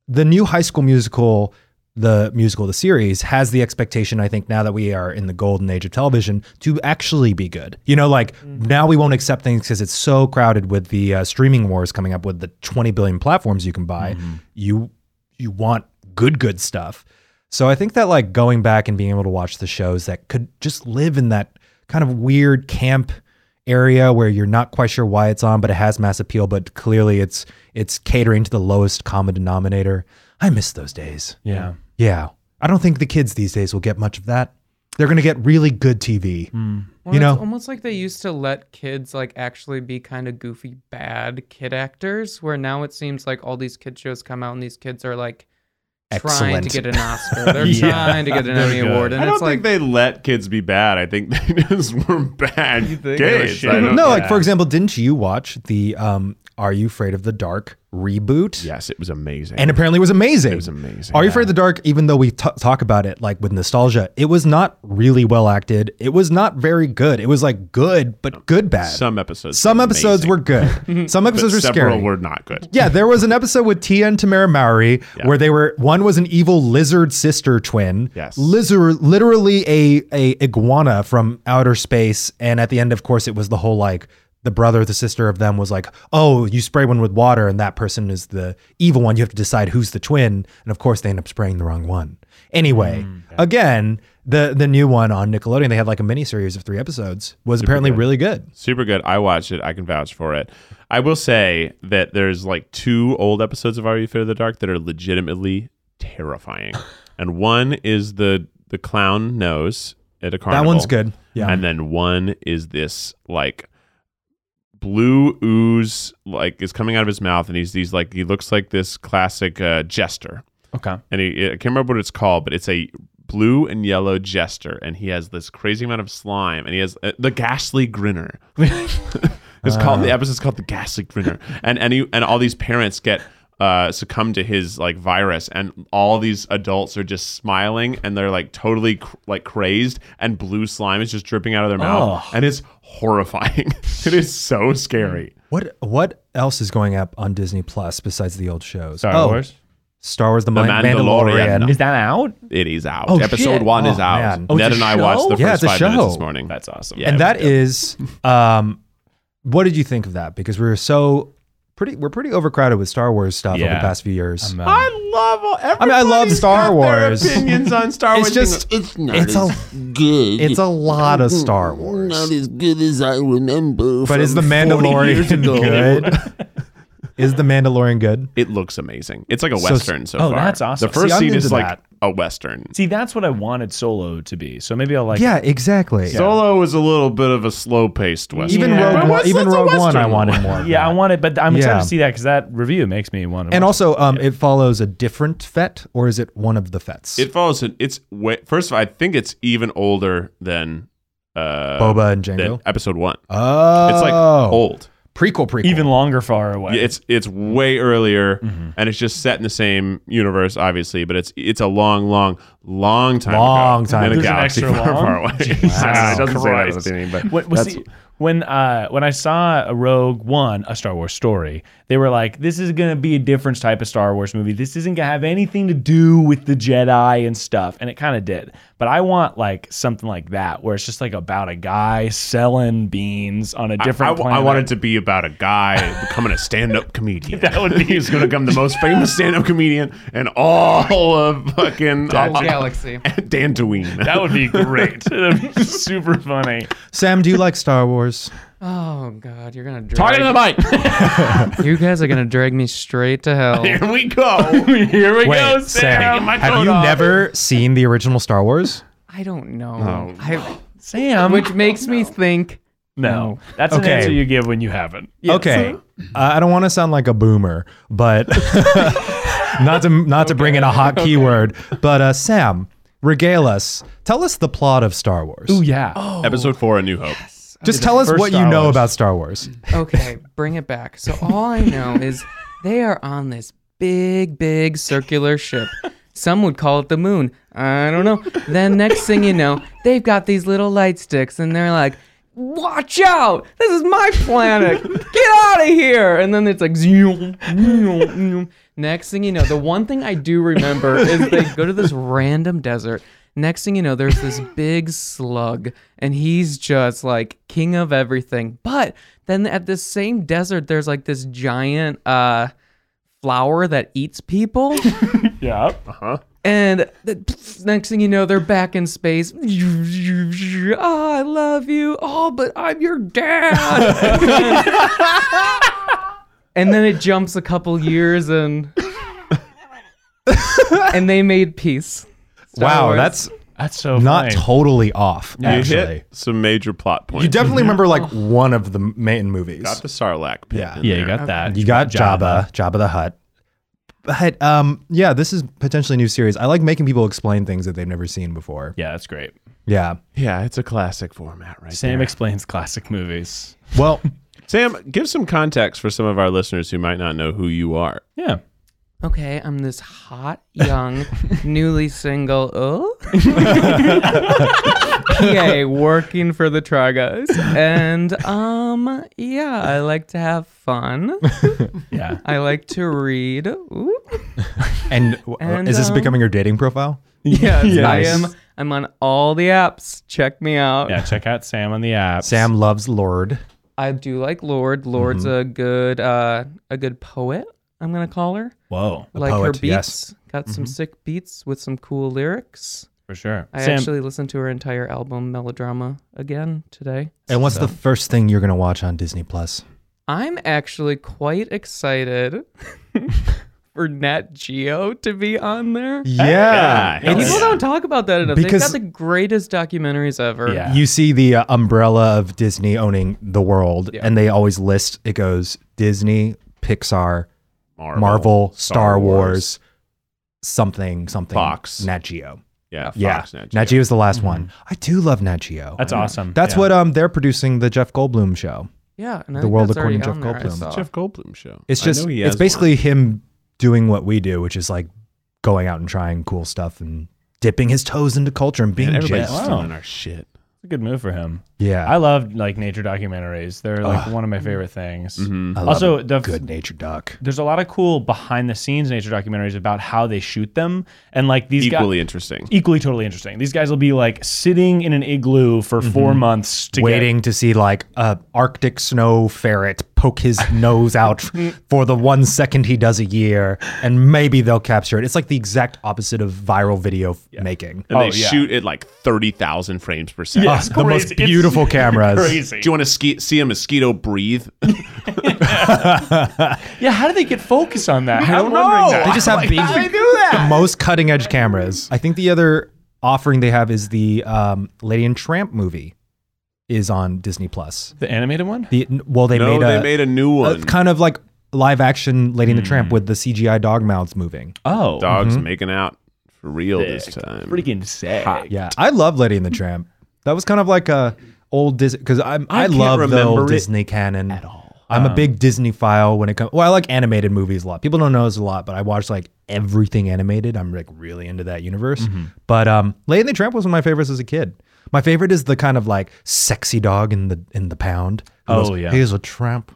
Speaker 3: The new High School Musical, the musical, the series, has the expectation, I think, now that we are in the golden age of television, to actually be good. You know, like now we won't accept things because it's so crowded with the uh, streaming wars coming up with the 20 billion platforms you can buy. You you want good good stuff so i think that like going back and being able to watch the shows that could just live in that kind of weird camp area where you're not quite sure why it's on but it has mass appeal but clearly it's it's catering to the lowest common denominator i miss those days
Speaker 4: yeah.
Speaker 3: yeah i don't think the kids these days will get much of that they're going to get really good tv
Speaker 5: Well,
Speaker 3: You
Speaker 5: it's
Speaker 3: know?
Speaker 5: almost like they used to let kids like actually be kind of goofy bad kid actors, where now it seems like all these kid shows come out and these kids are like trying to
Speaker 3: Excellent.
Speaker 5: get an Oscar. They're
Speaker 4: Yeah.
Speaker 5: trying to get an Emmy
Speaker 4: good.
Speaker 5: award, and
Speaker 2: I don't
Speaker 5: it's like
Speaker 2: think they let kids be bad. I think they just were bad
Speaker 5: think?
Speaker 2: kids.
Speaker 4: Oh,
Speaker 2: I
Speaker 4: shit.
Speaker 2: don't-
Speaker 3: no like
Speaker 4: yeah.
Speaker 3: for example didn't you watch the um are you afraid of the dark reboot
Speaker 2: Yes, it was amazing.
Speaker 3: and apparently it was amazing. It
Speaker 2: was amazing,
Speaker 3: Are You Afraid of the Dark? Even though we t- talk about it like with nostalgia, it was not really well acted. It was not very good. It was like good, but good bad.
Speaker 2: some episodes.
Speaker 3: Some
Speaker 2: were
Speaker 3: episodes
Speaker 2: amazing,
Speaker 3: were good. Some
Speaker 2: but
Speaker 3: episodes were
Speaker 2: several
Speaker 3: scary.
Speaker 2: were not good.
Speaker 3: Yeah, there was an episode with Tia and Tamara Mowry where they were one was an evil lizard sister twin.
Speaker 2: Yes.
Speaker 3: Lizard literally a a iguana from outer space. And at the end, of course, it was the whole like the brother, the sister of them was like, Oh, you spray one with water and that person is the evil one. You have to decide who's the twin. And of course they end up spraying the wrong one. Anyway,
Speaker 2: Mm,
Speaker 3: again, the the new one on Nickelodeon, they had like a mini series of three episodes, was apparently really good.
Speaker 2: super good. I watched it. I can vouch for it. I will say that there's like two old episodes of Are You Afraid of the Dark that are legitimately terrifying, and one is the the clown nose at a carnival.
Speaker 3: That one's good. Yeah.
Speaker 2: And then one is this like blue ooze like is coming out of his mouth, and he's these like he looks like this classic uh, jester
Speaker 4: Okay.
Speaker 2: and he, I can't remember what it's called, but it's a blue and yellow jester, and he has this crazy amount of slime, and he has uh, the ghastly grinner. it's called the episode's called the ghastly grinner, and and he, and all these parents get uh, succumb to his like virus, and all these adults are just smiling and they're like totally cr- like crazed, and blue slime is just dripping out of their mouth,
Speaker 4: Oh.
Speaker 2: and it's horrifying. it is so scary.
Speaker 3: What what else is going up on Disney Plus besides the old shows?
Speaker 4: Star
Speaker 3: oh,
Speaker 4: Wars.
Speaker 3: Star Wars: The,
Speaker 2: The
Speaker 3: Mind-
Speaker 2: Mandalorian.
Speaker 3: Mandalorian.
Speaker 4: Is that out?
Speaker 2: It is out.
Speaker 4: Oh,
Speaker 2: Episode
Speaker 4: shit.
Speaker 2: one is
Speaker 3: Oh,
Speaker 2: out.
Speaker 3: man.
Speaker 4: Oh, it's
Speaker 2: Ned
Speaker 4: a
Speaker 2: and I
Speaker 4: show?
Speaker 2: watched the
Speaker 3: Yeah,
Speaker 2: first
Speaker 3: it's a
Speaker 2: five minutes this
Speaker 3: show.
Speaker 2: morning.
Speaker 4: That's awesome.
Speaker 2: Yeah.
Speaker 3: and that is um, what did you think of that? Because we were so pretty, we're pretty overcrowded with Star Wars stuff over
Speaker 4: Yeah.
Speaker 3: the past few years.
Speaker 4: I'm, uh,
Speaker 2: I love. All,
Speaker 3: mean, I love
Speaker 2: everybody's
Speaker 3: Star
Speaker 2: got their
Speaker 3: Wars.
Speaker 2: opinions on Star Wars.
Speaker 3: It's just
Speaker 6: It's not
Speaker 3: It's
Speaker 6: as good.
Speaker 3: it's a lot of Star Wars.
Speaker 6: not as good as I remember.
Speaker 3: but is the
Speaker 6: from 40 years
Speaker 3: Mandalorian
Speaker 6: ago.
Speaker 3: good? is the Mandalorian good?
Speaker 2: it looks amazing. It's like a
Speaker 3: So-
Speaker 2: western so
Speaker 4: oh,
Speaker 2: far.
Speaker 4: that's awesome.
Speaker 2: The first
Speaker 3: See, I'm
Speaker 2: scene is
Speaker 3: into
Speaker 2: like
Speaker 3: that.
Speaker 2: a western.
Speaker 4: See, that's what I wanted Solo to be. So maybe I'll like.
Speaker 3: yeah, exactly.
Speaker 2: Solo is a little bit of a slow-paced western.
Speaker 3: even
Speaker 4: Yeah.
Speaker 3: Rogue
Speaker 4: But
Speaker 3: One,
Speaker 2: what's-
Speaker 3: even
Speaker 2: that's a
Speaker 3: Rogue One, I
Speaker 2: Western.
Speaker 3: wanted more. of
Speaker 4: it. Yeah, I
Speaker 3: that.
Speaker 4: want it, but I'm excited
Speaker 3: Yeah.
Speaker 4: to see that because that review makes me want to.
Speaker 3: and also, um, it follows a different fet, or is it one of the fets?
Speaker 2: It follows. An, it's way, first of all, I think it's even older than uh,
Speaker 3: Boba and
Speaker 2: than
Speaker 3: Jango.
Speaker 2: episode one.
Speaker 3: oh,
Speaker 2: It's like old.
Speaker 3: prequel, prequel.
Speaker 4: even longer, far away.
Speaker 2: Yeah, it's it's way earlier,
Speaker 3: Mm-hmm.
Speaker 2: and it's just set in the same universe, obviously. But it's it's a long, long, long time,
Speaker 3: Long
Speaker 2: ago,
Speaker 3: time
Speaker 2: in a
Speaker 3: ago.
Speaker 4: There's an
Speaker 2: galaxy
Speaker 4: extra
Speaker 2: far,
Speaker 4: long?
Speaker 2: far away. It
Speaker 4: Jesus
Speaker 2: doesn't say that at the
Speaker 4: Christ.
Speaker 2: beginning, but
Speaker 4: When, well, see, when uh when I saw a Rogue One, a Star Wars story, they were like, "This is gonna be a different type of Star Wars movie. This isn't gonna have anything to do with the Jedi and stuff." And it kind of did. But I want like something like that, where it's just like about a guy selling beans on a different.
Speaker 2: I,
Speaker 4: planet.
Speaker 2: I wanted to be about a guy becoming a stand-up comedian.
Speaker 4: That would be-
Speaker 2: he's going to become the most famous stand-up comedian in all of fucking
Speaker 5: Whole galaxy.
Speaker 2: Dantooine.
Speaker 4: That would be great. That'd be super funny.
Speaker 3: Sam, do you like Star Wars?
Speaker 5: Oh God, you're gonna drag.
Speaker 2: Talking to the mic.
Speaker 5: You guys are gonna drag me straight to hell.
Speaker 2: Here we go.
Speaker 4: Here we go,
Speaker 3: Wait, Sam,
Speaker 4: Sam.
Speaker 3: have you never seen the original Star Wars?
Speaker 5: I don't know.
Speaker 2: Oh.
Speaker 5: I,
Speaker 4: Sam.
Speaker 5: which makes me think.
Speaker 4: no, that's an
Speaker 3: Okay.
Speaker 4: answer you give when you haven't.
Speaker 3: Okay, uh, I don't want to sound like a boomer, but not to not to bring in a hot keyword, but uh, Sam, regale us. Tell us the plot of Star Wars.
Speaker 4: Ooh, yeah.
Speaker 2: Episode four, A New Hope.
Speaker 3: Just tell us
Speaker 4: first
Speaker 3: what you
Speaker 4: Star
Speaker 3: know
Speaker 4: Wars.
Speaker 3: about Star Wars.
Speaker 5: Okay, bring it back. So all I know is they are on this big, big circular ship. Some would call it the moon. I don't know. Then next thing you know, they've got these little light sticks and they're like, Watch out! This is my planet! Get out of here! And then it's like, zoom, zoom, zoom. next thing you know, the one thing I do remember is they go to this random desert. Next thing you know, there's this big slug, and he's just like king of everything. But then at this same desert, there's like this giant uh, flower that eats people.
Speaker 4: Yeah.
Speaker 5: And the, next thing you know, they're back in space. Oh, I love you. Oh, but I'm your dad. and then it jumps a couple years and and they made peace. Star
Speaker 3: wow,
Speaker 5: Wars.
Speaker 3: that's
Speaker 4: That's so
Speaker 3: not
Speaker 4: funny.
Speaker 3: totally off.
Speaker 2: You
Speaker 3: actually,
Speaker 2: hit some major plot points.
Speaker 3: you definitely remember like
Speaker 5: Oh.
Speaker 3: one of the main movies.
Speaker 2: got the Sarlacc pit.
Speaker 3: Yeah.
Speaker 2: in
Speaker 4: Yeah, you
Speaker 2: there.
Speaker 4: got that.
Speaker 3: You got Jabba, Jabba the Hutt. But um, yeah, this is potentially a new series. I like making people explain things that they've never seen before.
Speaker 4: Yeah, that's great.
Speaker 3: Yeah.
Speaker 2: Yeah, it's a classic format, right?
Speaker 4: Sam
Speaker 2: there.
Speaker 4: explains classic movies.
Speaker 3: Well,
Speaker 2: Sam, give some context for some of our listeners who might not know who you are.
Speaker 4: Yeah.
Speaker 5: Okay, I'm this hot, young, newly single. Oh, PA working for the Try Guys, and um, yeah, I like to have fun.
Speaker 4: Yeah.
Speaker 5: I like to read. Ooh.
Speaker 3: and, w-
Speaker 5: And,
Speaker 3: is this
Speaker 5: um,
Speaker 3: becoming your dating profile?
Speaker 5: Yes, I
Speaker 3: Nice.
Speaker 5: am. I'm on all the apps. Check me out.
Speaker 4: Yeah, check out Sam on the app.
Speaker 3: Sam loves Lord.
Speaker 5: I do like Lord. Lord's
Speaker 3: Mm-hmm.
Speaker 5: a good uh, a good poet. I'm gonna call her.
Speaker 4: Whoa,
Speaker 5: like her
Speaker 3: poet,
Speaker 5: beats.
Speaker 3: yes. Mm-hmm.
Speaker 5: Got some sick beats with some cool lyrics.
Speaker 4: for sure.
Speaker 5: I
Speaker 4: Sam,
Speaker 5: actually listened to her entire album Melodrama again today.
Speaker 3: And what's the first thing you're going to watch on Disney Plus?
Speaker 5: I'm actually quite excited for Nat Geo to be on there.
Speaker 2: Yeah. hell
Speaker 5: People
Speaker 2: yeah.
Speaker 5: don't talk about that enough.
Speaker 3: Because-
Speaker 5: They've got the greatest documentaries ever.
Speaker 4: Yeah.
Speaker 3: You see the uh, umbrella of Disney owning the world,
Speaker 5: Yeah.
Speaker 3: and they always list it goes Disney, Pixar,
Speaker 2: Marvel,
Speaker 3: Marvel, Star, Wars, something, something,
Speaker 2: Fox.
Speaker 3: Nat Geo.
Speaker 2: Yeah, Fox,
Speaker 3: yeah,
Speaker 2: Nat Geo. Mm-hmm.
Speaker 3: Nat Geo is the last one. I do love Nat Geo.
Speaker 4: that's awesome.
Speaker 3: That's
Speaker 4: Yeah.
Speaker 3: what um they're producing the Jeff Goldblum show.
Speaker 5: Yeah, and I
Speaker 3: The
Speaker 5: think
Speaker 3: World
Speaker 5: that's already
Speaker 3: According to
Speaker 5: on
Speaker 3: Jeff
Speaker 5: there, I
Speaker 3: Goldblum.
Speaker 5: saw.
Speaker 2: Jeff Goldblum show.
Speaker 3: It's
Speaker 2: I
Speaker 3: just
Speaker 2: know he
Speaker 3: it's
Speaker 2: has
Speaker 3: basically him doing what we do, which is like going out and trying cool stuff and dipping his toes into culture and being
Speaker 2: And everybody's
Speaker 3: just.
Speaker 2: stealing our shit.
Speaker 4: a good move for him.
Speaker 3: Yeah.
Speaker 4: I love like nature documentaries. They're like one of my favorite things.
Speaker 3: I love
Speaker 4: Also,
Speaker 3: a
Speaker 4: the
Speaker 3: good nature duck.
Speaker 4: there's a lot of cool behind the scenes nature documentaries about how they shoot them and like these guys
Speaker 2: Equally interesting.
Speaker 4: equally totally interesting. These guys will be like sitting in an igloo for 4 months to get-
Speaker 3: Mm-hmm. Waiting to see like a Arctic snow ferret poke his nose out for the one second he does a year, and maybe they'll capture it. It's like the exact opposite of viral video f- making.
Speaker 2: And
Speaker 4: Oh,
Speaker 2: they
Speaker 4: yeah.
Speaker 2: shoot at like 30,000 frames per second.
Speaker 4: Yeah, it's
Speaker 3: Ah, the most
Speaker 4: crazy. It's
Speaker 3: beautiful cameras.
Speaker 4: Crazy.
Speaker 2: Do you want to ski- see a mosquito breathe?
Speaker 4: Yeah, how do they get focus on that? I don't
Speaker 3: They just have big, the most cutting edge cameras. I think the other offering they have is the um, Lady and Tramp movie is on Disney Plus.
Speaker 4: The animated one?
Speaker 3: The well, they
Speaker 2: no,
Speaker 3: made a,
Speaker 2: they made a new
Speaker 3: a
Speaker 2: one.
Speaker 3: kind of like live action Lady and the
Speaker 2: Hmm.
Speaker 3: Tramp with the CGI dog mouths moving.
Speaker 4: Oh.
Speaker 2: Dogs
Speaker 3: Mhm.
Speaker 2: making out for real this
Speaker 4: Sick.
Speaker 2: time.
Speaker 4: Freaking sick.
Speaker 3: Yeah, I love Lady and the Tramp. That was kind of like a old Disney because I'm
Speaker 2: I
Speaker 3: I,
Speaker 2: can't
Speaker 3: love the
Speaker 2: remember
Speaker 3: old
Speaker 2: it
Speaker 3: Disney canon at all. I'm a big Disney file when it comes. Well, I like animated movies a lot. People don't know this a lot, but I watch like everything animated. I'm like really into that universe. But um, Lady and the Tramp was one of my favorites as a kid. My favorite is the kind of like sexy dog in the in the pound. who
Speaker 4: Oh,
Speaker 3: goes,
Speaker 4: yeah.
Speaker 3: he's a tramp,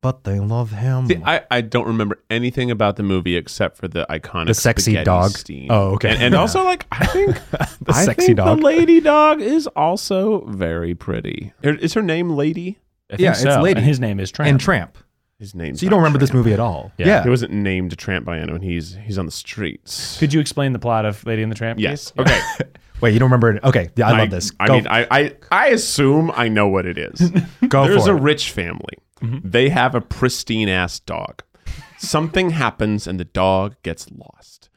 Speaker 3: but they love him.
Speaker 2: See, I, I don't remember anything about the movie except for the iconic
Speaker 3: The sexy
Speaker 2: spaghetti
Speaker 3: dog?
Speaker 2: scene.
Speaker 3: Oh, okay.
Speaker 2: And, and also, like, I think
Speaker 3: The
Speaker 2: I
Speaker 3: sexy
Speaker 2: think
Speaker 3: dog.
Speaker 2: The lady dog is also very pretty. Her- Is her name Lady?
Speaker 4: I think
Speaker 3: Yeah, it's
Speaker 4: so.
Speaker 3: Lady.
Speaker 4: And his name is Tramp.
Speaker 3: and Tramp.
Speaker 2: His name.
Speaker 3: So you don't remember this movie at all.
Speaker 4: Yeah.
Speaker 2: He wasn't named Tramp by anyone. He's he's on the streets.
Speaker 4: Could you explain the plot of Lady and the Tramp?
Speaker 2: yes.
Speaker 4: please?
Speaker 2: Okay.
Speaker 3: Wait, you don't remember it? Okay, yeah, I, love this.
Speaker 2: I
Speaker 3: go
Speaker 2: mean, I, I I assume I know what it is.
Speaker 3: go
Speaker 2: There's
Speaker 3: for
Speaker 2: a
Speaker 3: it. Mm-hmm.
Speaker 2: rich family. They have a pristine ass dog. Something happens and the dog gets lost.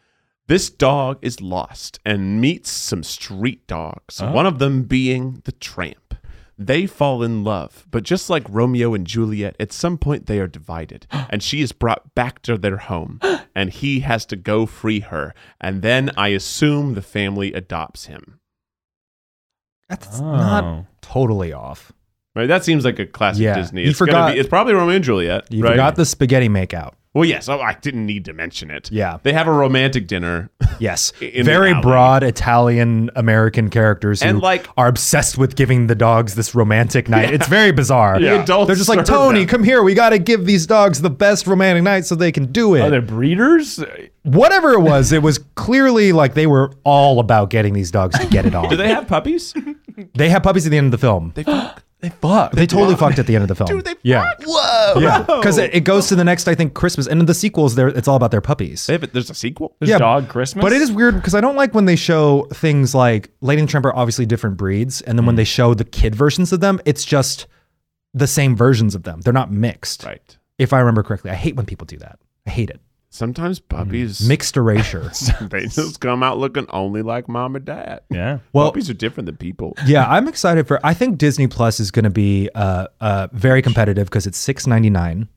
Speaker 2: This dog is lost and meets some street dogs,
Speaker 3: Oh.
Speaker 2: one of them being the tramp. They fall in love, but just like Romeo and Juliet, at some point they are divided, and she is brought back to their home, and he has to go free her. And then I assume the family adopts him.
Speaker 3: That's
Speaker 4: Oh.
Speaker 3: not totally off.
Speaker 2: Right? That seems like a classic
Speaker 3: Yeah.
Speaker 2: Disney.
Speaker 3: You
Speaker 2: It's, gonna
Speaker 3: forgot-
Speaker 2: be, it's probably Romeo and Juliet.
Speaker 3: You
Speaker 2: right?
Speaker 3: forgot the spaghetti makeout.
Speaker 2: Well, yes. Oh, I didn't need to mention it.
Speaker 3: Yeah.
Speaker 2: They have a romantic dinner.
Speaker 3: Yes.
Speaker 2: In the
Speaker 3: Very
Speaker 2: alley.
Speaker 3: broad Italian American characters who
Speaker 2: And, like-
Speaker 3: are obsessed with giving the dogs this romantic night. It's very bizarre.
Speaker 2: The adults
Speaker 3: They're just like,
Speaker 2: serve
Speaker 3: Tony,
Speaker 2: them."
Speaker 3: come here. We got to give these dogs the best romantic night so they can do it.
Speaker 2: Oh,
Speaker 4: Are there breeders?
Speaker 3: Whatever it was, it was clearly like they were all about getting these dogs to get it on.
Speaker 2: Do they have puppies?
Speaker 3: They have puppies at the end of the film. They fuck. They fuck. They totally fucked at the end of the film.
Speaker 2: Dude, they
Speaker 3: yeah.
Speaker 2: fuck? Whoa.
Speaker 3: Yeah. Because it, it goes to the next, I think, Christmas. And in the sequels, there it's all about their puppies.
Speaker 2: They have a, there's a sequel.
Speaker 4: There's dog Christmas?
Speaker 3: But it is weird because I don't like when they show things like Lady and Tramp are obviously different breeds, and then
Speaker 2: Mm.
Speaker 3: when they show the kid versions of them, it's just the same versions of them. They're not mixed.
Speaker 2: Right.
Speaker 3: If I remember correctly, I hate when people do that. I hate it.
Speaker 2: Sometimes
Speaker 3: Mm-hmm.
Speaker 2: puppies
Speaker 3: Mixed erasure.
Speaker 2: They just come out looking only like mom or dad.
Speaker 4: Yeah.
Speaker 3: well,
Speaker 2: puppies are different than people.
Speaker 3: yeah, I'm excited for. I think Disney Plus is going to be uh, uh, very competitive because it's six ninety nine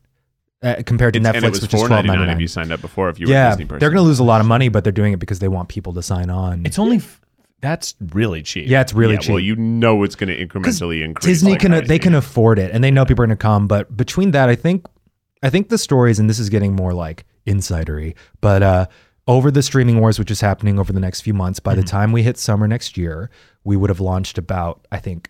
Speaker 3: uh, compared to
Speaker 2: It's- and it
Speaker 3: Netflix,
Speaker 2: was
Speaker 3: which is
Speaker 2: four
Speaker 3: twelve
Speaker 2: ninety
Speaker 3: ninety
Speaker 2: nine if you
Speaker 3: nine.
Speaker 2: signed up before. If you were a
Speaker 3: Yeah,
Speaker 2: Disney person,
Speaker 3: they're going to lose a lot of money, but they're doing it because they want people to sign on.
Speaker 4: It's only f- that's really cheap.
Speaker 3: yeah, it's really
Speaker 2: yeah,
Speaker 3: cheap.
Speaker 2: Well, you know it's going to
Speaker 3: 'Cause
Speaker 2: incrementally increase.
Speaker 3: Disney
Speaker 2: like
Speaker 3: can
Speaker 2: crazy.
Speaker 3: they can afford it, and they know people are going to come. But between that, I think I think the stories, and this is getting more like insidery, but uh, over the streaming wars, which is happening over the next few months, by the time we hit summer next year, we would have launched about I think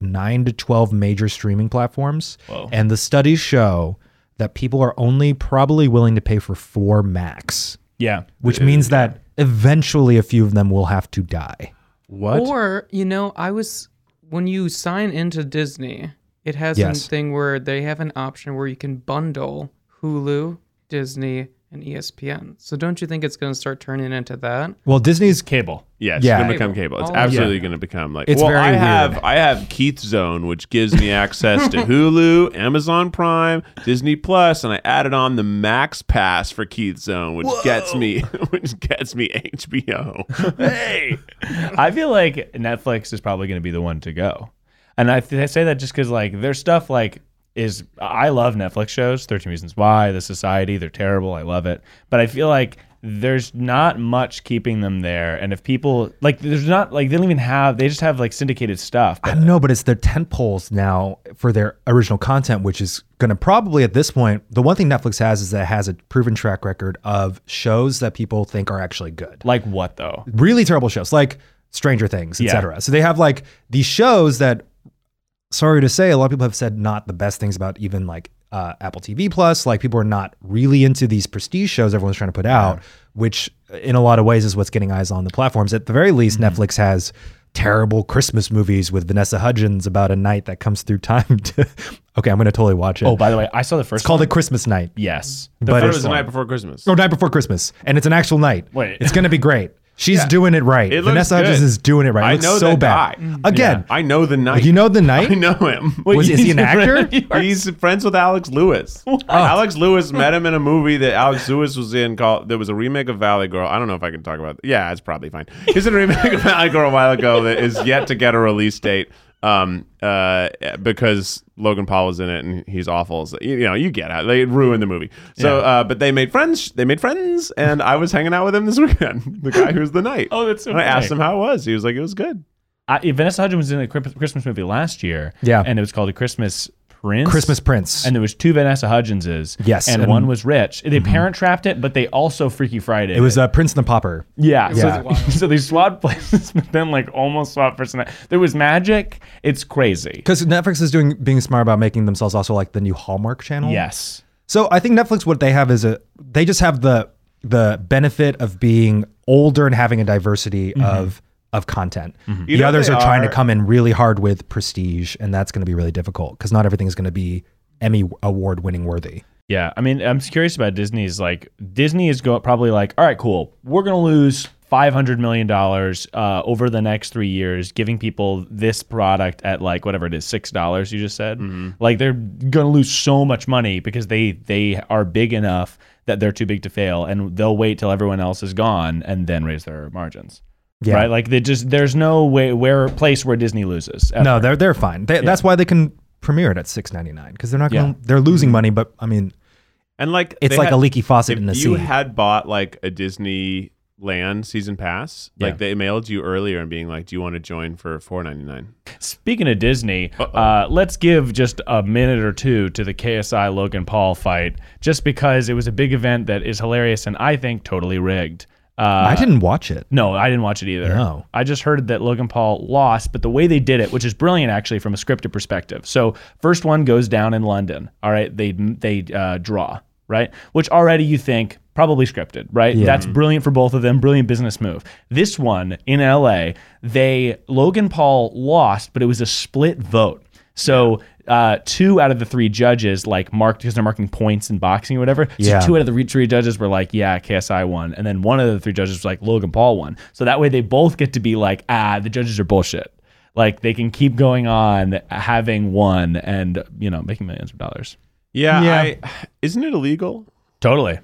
Speaker 3: nine to twelve major streaming platforms,
Speaker 4: Whoa.
Speaker 3: and the studies show that people are only probably willing to pay for four max,
Speaker 4: Yeah.
Speaker 3: which means that eventually a few of them will have to die.
Speaker 2: what?
Speaker 5: Or you know, I was when you sign into Disney, it has
Speaker 3: Yes.
Speaker 5: something where they have an option where you can bundle Hulu, Disney, and E ESPN. So don't you think it's going to start turning into that?
Speaker 3: Well, Disney's
Speaker 4: Cable.
Speaker 2: Yeah, it's
Speaker 3: Yeah.
Speaker 2: gonna become cable. It's
Speaker 5: Oh,
Speaker 2: absolutely gonna become like.
Speaker 3: It's
Speaker 2: well,
Speaker 3: very
Speaker 2: I have
Speaker 3: weird.
Speaker 2: I have Keith Zone, which gives me access to Hulu, Amazon Prime, Disney Plus, and I added on the Max Pass for Keith Zone, which gets me which gets me HBO. hey,
Speaker 4: I feel like Netflix is probably going to be the one to go. And I, th- I say that just because like their stuff like is I love Netflix shows, Thirteen Reasons Why, The Society. They're terrible. I love it, but I feel like there's not much keeping them there. And if people like, there's not like they don't even have they just have like syndicated stuff.
Speaker 3: I
Speaker 4: But
Speaker 3: know, but it's their tent poles now for their original content, which is going to probably at this point. The one thing Netflix has is that it has a proven track record of shows that people think are actually good,
Speaker 4: like what though?
Speaker 3: really terrible shows like Stranger Things,
Speaker 4: Yeah.
Speaker 3: etc. So they have like these shows that, sorry to say, a lot of people have said not the best things about even like uh, Apple TV Plus. Like people are not really into these prestige shows everyone's trying to put out, which uh, in a lot of ways is what's getting eyes on the platforms. At the very least,
Speaker 4: Mm-hmm.
Speaker 3: Netflix has terrible Christmas movies with Vanessa Hudgens about a night that comes through time. To, okay, I'm going to totally watch it.
Speaker 4: Oh, by the way, I saw the first.
Speaker 3: it's called
Speaker 4: one.
Speaker 3: a Christmas night.
Speaker 4: yes,
Speaker 3: But
Speaker 2: But it
Speaker 4: first
Speaker 2: was the
Speaker 4: one.
Speaker 2: night before Christmas.
Speaker 3: Oh, night before Christmas, and it's an actual night.
Speaker 4: Wait.
Speaker 3: it's gonna be great. She's doing it right.
Speaker 2: It looks
Speaker 3: Vanessa Hudgens
Speaker 2: good.
Speaker 3: is doing it right. It
Speaker 2: I
Speaker 3: looks
Speaker 2: know
Speaker 3: so
Speaker 2: that
Speaker 3: bad.
Speaker 2: guy.
Speaker 3: Again,
Speaker 2: I know the night.
Speaker 3: you know the night.
Speaker 2: I know him.
Speaker 3: Was is he an actor?
Speaker 2: He's friends with Alex Lewis.
Speaker 4: Oh.
Speaker 2: Alex Lewis met him in a movie that Alex Lewis was in called there was a remake of Valley Girl. I don't know if I can talk about Yeah, it's probably fine. He's in a remake of Valley Girl a while ago that is yet to get a release date. Um, uh, because Logan Paul is in it and he's awful. So, you, you know, you get it. They ruined the movie. So, uh, but they made friends. They made friends, and I was hanging out with him this weekend. The guy who's the night.
Speaker 4: Oh, that's so
Speaker 2: And I asked him
Speaker 4: funny.
Speaker 2: how it was. He was like, "It was good."
Speaker 4: I, yeah, Vanessa Hudgens was in a Christ- Christmas movie last year.
Speaker 3: Yeah.
Speaker 4: and it was called a Christmas Prince.
Speaker 3: Christmas Prince.
Speaker 4: And there was two Vanessa Hudgenses.
Speaker 3: Yes,
Speaker 4: and,
Speaker 3: and- Mm-hmm.
Speaker 4: one was rich. They parent trapped it, but they also Freaky Friday.
Speaker 3: it was uh, Prince and the Popper.
Speaker 4: Yeah.
Speaker 3: Yeah.
Speaker 4: So, so they swap places, but then like almost swap personality. There was magic. It's crazy.
Speaker 3: Because Netflix is doing being smart about making themselves also like the new Hallmark channel.
Speaker 4: Yes.
Speaker 3: So I think Netflix, what they have is a they just have the the benefit of being older and having a diversity of of content. The
Speaker 2: Mm-hmm. know
Speaker 3: others
Speaker 2: they
Speaker 3: are trying to
Speaker 2: are-
Speaker 3: come in really hard with prestige, and that's going to be really difficult because not everything is going to be Emmy award winning worthy.
Speaker 4: Yeah. I mean, I'm curious about Disney's like Disney is go- probably like, all right, cool. We're gonna lose. Five hundred million dollars uh, over the next three years, giving people this product at like whatever it is, six dollars. You just said,
Speaker 3: Mm-hmm.
Speaker 4: like they're gonna lose so much money because they they are big enough that they're too big to fail, and they'll wait till everyone else is gone and then raise their margins.
Speaker 3: Yeah.
Speaker 4: Right? Like they just there's no way where place where Disney loses. ever.
Speaker 3: No, they're they're fine. They, That's why they can premiere it at six ninety nine because they're not
Speaker 4: Yeah.
Speaker 3: going. to They're losing money, but I mean,
Speaker 2: And like
Speaker 3: It's
Speaker 2: they
Speaker 3: like
Speaker 2: had-
Speaker 3: a leaky faucet
Speaker 2: if
Speaker 3: in the
Speaker 2: you
Speaker 3: sea.
Speaker 2: had bought like a Disney land season pass,
Speaker 4: Yeah.
Speaker 2: like they mailed you earlier and being like, Do you want to join for four ninety nine?
Speaker 4: Speaking of Disney, uh, let's give just a minute or two to the KSI Logan Paul fight, just because it was a big event that is hilarious and I think totally rigged. Uh,
Speaker 3: I didn't watch it.
Speaker 4: No, I didn't watch it either.
Speaker 3: No.
Speaker 4: I just heard that Logan Paul lost, but the way they did it, which is brilliant actually from a scripted perspective. So first one goes down in London. All right, they they uh, draw right, which already you think probably scripted, right? That's brilliant for both of them. Brilliant business move. This one in L.A., they Logan Paul lost, but it was a split vote. So. Uh, two out of the three judges like marked because they're marking points in boxing or whatever. So
Speaker 3: Yeah.
Speaker 4: two out of the re- three judges were like, yeah, KSI won. And then one of the three judges was like, Logan Paul won. So that way they both get to be like, ah, the judges are bullshit. Like they can keep going on having won and, you know, making millions of dollars.
Speaker 2: Yeah,
Speaker 3: Yeah.
Speaker 2: I, isn't it illegal?
Speaker 4: Totally.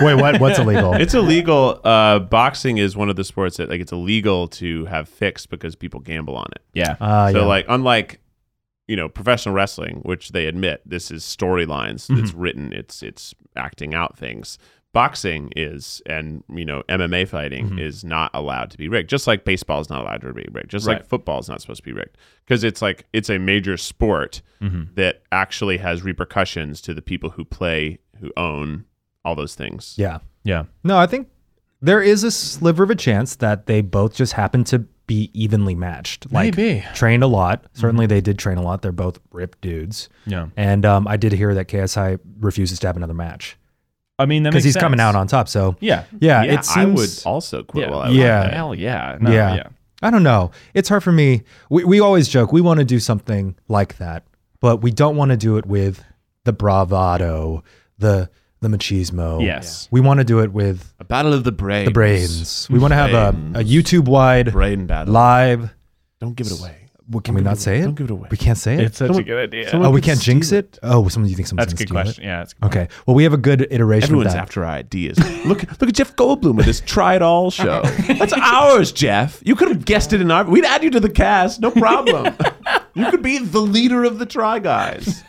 Speaker 3: Wait, what? What's illegal?
Speaker 2: It's illegal. Uh, boxing is one of the sports that like it's illegal to have fixed because people gamble on it.
Speaker 4: Yeah.
Speaker 3: uh,
Speaker 2: so
Speaker 3: yeah.
Speaker 2: like unlike you know professional wrestling, which they admit this is storylines, it's
Speaker 3: Mm-hmm.
Speaker 2: written, it's it's acting out things. Boxing is, and you know, MMA fighting
Speaker 3: Mm-hmm.
Speaker 2: is not allowed to be rigged. Just like baseball is not allowed to be rigged. Just
Speaker 4: Right.
Speaker 2: like football is not supposed to be rigged because it's like it's a major sport
Speaker 3: Mm-hmm.
Speaker 2: that actually has repercussions to the people who play, who own all those things.
Speaker 3: yeah.
Speaker 4: yeah.
Speaker 3: No, I think there is a sliver of a chance that they both just happen to be evenly matched. Like
Speaker 4: Maybe.
Speaker 3: trained a lot. Certainly, they did train a lot. They're both ripped dudes.
Speaker 4: Yeah.
Speaker 3: And um, I did hear that KSI refuses to have another match
Speaker 4: I mean, that
Speaker 3: because
Speaker 4: makes
Speaker 3: he's
Speaker 4: sense.
Speaker 3: coming out on top. So
Speaker 4: Yeah.
Speaker 3: yeah,
Speaker 2: Yeah,
Speaker 3: it
Speaker 2: I
Speaker 3: seems
Speaker 2: would also quit
Speaker 4: Yeah.
Speaker 2: while I was
Speaker 3: Yeah.
Speaker 2: at it.
Speaker 4: Hell yeah. No,
Speaker 3: yeah.
Speaker 4: yeah.
Speaker 3: I don't know. It's hard for me. We, we always joke we want to do something like that, but we don't want to do it with the bravado, the the machismo.
Speaker 4: Yes.
Speaker 3: We want to do it with
Speaker 2: A battle of the brains.
Speaker 3: the brains. We want to have a, a YouTube wide
Speaker 2: Brain battle.
Speaker 3: live.
Speaker 2: Don't give it away.
Speaker 3: What, can we not say it?
Speaker 2: don't give it away.
Speaker 3: We can't say it.
Speaker 4: It's such a good idea.
Speaker 3: oh, we can't jinx it. Oh, someone you think someone's
Speaker 4: That's a
Speaker 3: gonna
Speaker 4: good
Speaker 3: steal it?
Speaker 4: question. Yeah. That's a good
Speaker 3: Okay. Well, we have a good iteration
Speaker 2: Everyone's
Speaker 3: of that.
Speaker 2: after our ideas. Look, look at Jeff Goldblum with his try it all show. That's ours, Jeff. You could have guessed it in our. We'd add you to the cast, no problem. you could be the leader of the Try Guys.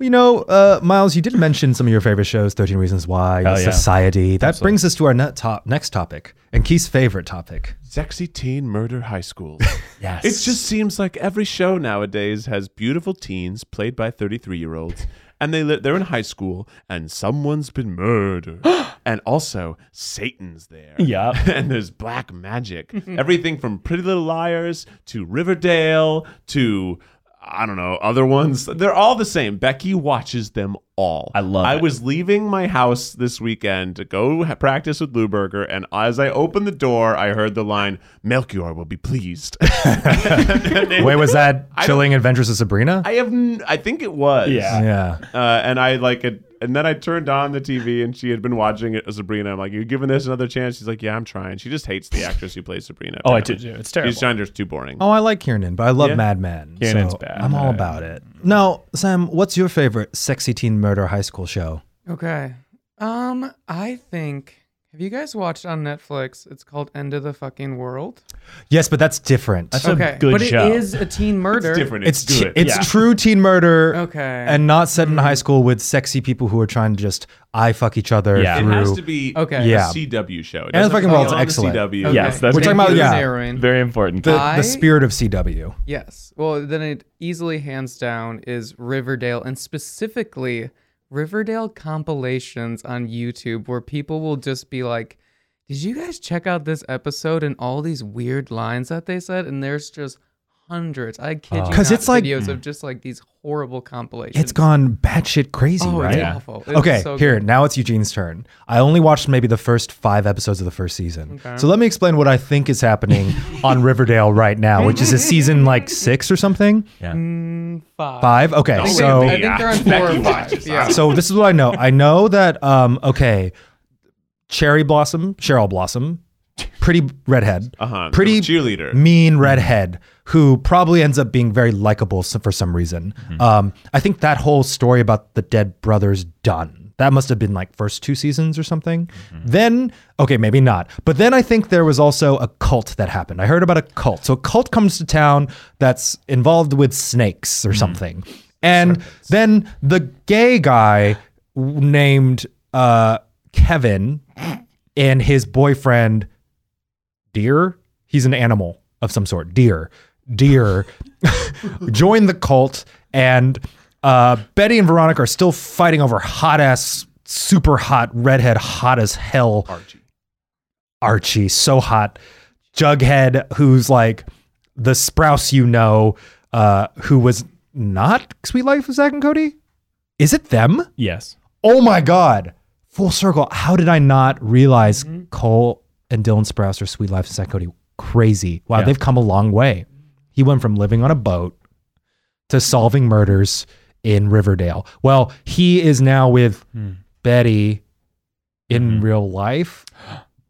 Speaker 3: You know, uh, Miles, you did mention some of your favorite shows, 13 Reasons Why,
Speaker 4: Hell yeah.
Speaker 3: Society. That brings us to our net top, next topic and Keith's favorite topic.
Speaker 2: Sexy teen murder high schools.
Speaker 4: Yes.
Speaker 2: it just seems like every show nowadays has beautiful teens played by 33 year olds, and they li- they're in high school, and someone's been murdered, and also Satan's there.
Speaker 4: Yup.
Speaker 2: and there's black magic. Everything from Pretty Little Liars to Riverdale to I don't know other ones. They're all the same. Becky watches them all.
Speaker 4: I love
Speaker 2: I
Speaker 4: it.
Speaker 2: was leaving my house this weekend to go ha- practice with Luberger, and as I opened the door, I heard the line, "Melchior will be pleased."
Speaker 3: Wait, was that
Speaker 2: I
Speaker 3: Chilling Adventures of Sabrina?
Speaker 2: I have, n- I think it was.
Speaker 4: Yeah.
Speaker 3: yeah.
Speaker 2: Uh, and I like it. And then I turned on the TV and she had been watching it as Sabrina. I'm like, You're giving this another chance? She's like, Yeah, I'm trying. She just hates the actress who plays Sabrina.
Speaker 4: Oh, I do
Speaker 2: apparently.
Speaker 4: too. It's terrible.
Speaker 2: She's trying to, too boring.
Speaker 3: Oh, I like Kiernan, but I love
Speaker 2: Yeah.
Speaker 3: Mad Men.
Speaker 4: Kiernan's
Speaker 3: so
Speaker 4: bad.
Speaker 3: I'm all about it. Now, Sam, what's your favorite sexy teen murder high school show?
Speaker 5: Okay. Um, I think. Have you guys watched on Netflix? It's called End of the Fucking World.
Speaker 3: Yes, but that's different.
Speaker 4: That's a
Speaker 5: okay,
Speaker 4: good
Speaker 5: but
Speaker 4: show.
Speaker 5: it is a teen murder.
Speaker 2: It's different. It's,
Speaker 3: it's t-
Speaker 2: good.
Speaker 3: it's
Speaker 4: Yeah.
Speaker 3: true teen murder
Speaker 5: Okay.
Speaker 3: and not set in high school with sexy people who are trying to just eye fuck each other
Speaker 4: Yeah. It
Speaker 2: it
Speaker 3: through.
Speaker 2: has to be
Speaker 5: Okay.
Speaker 3: Yeah.
Speaker 2: a CW show. It
Speaker 3: And the
Speaker 2: doesn't have
Speaker 3: fucking
Speaker 2: to be
Speaker 3: world's
Speaker 2: on the
Speaker 3: excellent.
Speaker 2: CW.
Speaker 5: Okay.
Speaker 4: Yes, that's
Speaker 3: We're talking
Speaker 5: Thank
Speaker 3: about-
Speaker 5: you,
Speaker 3: yeah.
Speaker 5: Heroin.
Speaker 4: Very important. Uh,
Speaker 3: the,
Speaker 5: I-
Speaker 3: the spirit of CW.
Speaker 5: Yes. Well, then it easily hands down is Riverdale and specifically Riverdale compilations on YouTube where people will just be like, "Did you guys check out this episode and all these weird lines that they said?" And there's just hundreds. I kid you
Speaker 3: Uh. 'Cause
Speaker 5: not,
Speaker 3: it's like-
Speaker 5: videos of just like these horrible compilations.
Speaker 3: It's gone batshit crazy,
Speaker 5: oh,
Speaker 3: right?
Speaker 5: It's awful. It's
Speaker 3: okay,
Speaker 5: so
Speaker 3: here,
Speaker 5: good.
Speaker 3: now it's Eugene's turn. I only watched maybe the first five episodes of the first season. So let me explain what I think is happening on Riverdale right now, which is a season like six or something.
Speaker 5: Mm, Five. Oh,
Speaker 3: Five? Okay,
Speaker 5: I think,
Speaker 3: so.
Speaker 5: they, I think they're on four
Speaker 2: Becky
Speaker 5: or five.
Speaker 2: watches.
Speaker 5: Yeah.
Speaker 3: so this is what I know. I know that um okay, Cherry Blossom, Cheryl Blossom, pretty redhead,
Speaker 2: Uh-huh, the
Speaker 3: pretty
Speaker 2: cheerleader.
Speaker 3: mean redhead who probably ends up being very likable s- for some reason. Um, I think that whole story about the dead brothers done. That must have been like first two seasons or something. Then, okay, maybe not. But then I think there was also a cult that happened. I heard about a cult. So a cult comes to town that's involved with snakes or something. And then the gay guy w- named uh, Kevin and his boyfriend deer. He's an animal of some sort. Deer. Deer. Join the cult. And uh, Betty and Veronica are still fighting over hot ass, super hot, redhead, hot as hell. Archie. Archie. So hot. Jughead, who's like the Sprouse you know, uh, who was not Sweet Life of Zack and Cody? Is it them?
Speaker 4: yes.
Speaker 3: Oh my God. Full circle. How did I not realize Cole and Dylan Sprouse are Sweet Life and Zach Cody? Crazy. Wow,
Speaker 4: Yeah.
Speaker 3: they've come a long way. He went from living on a boat to solving murders in Riverdale. Well, he is now with Betty in real life,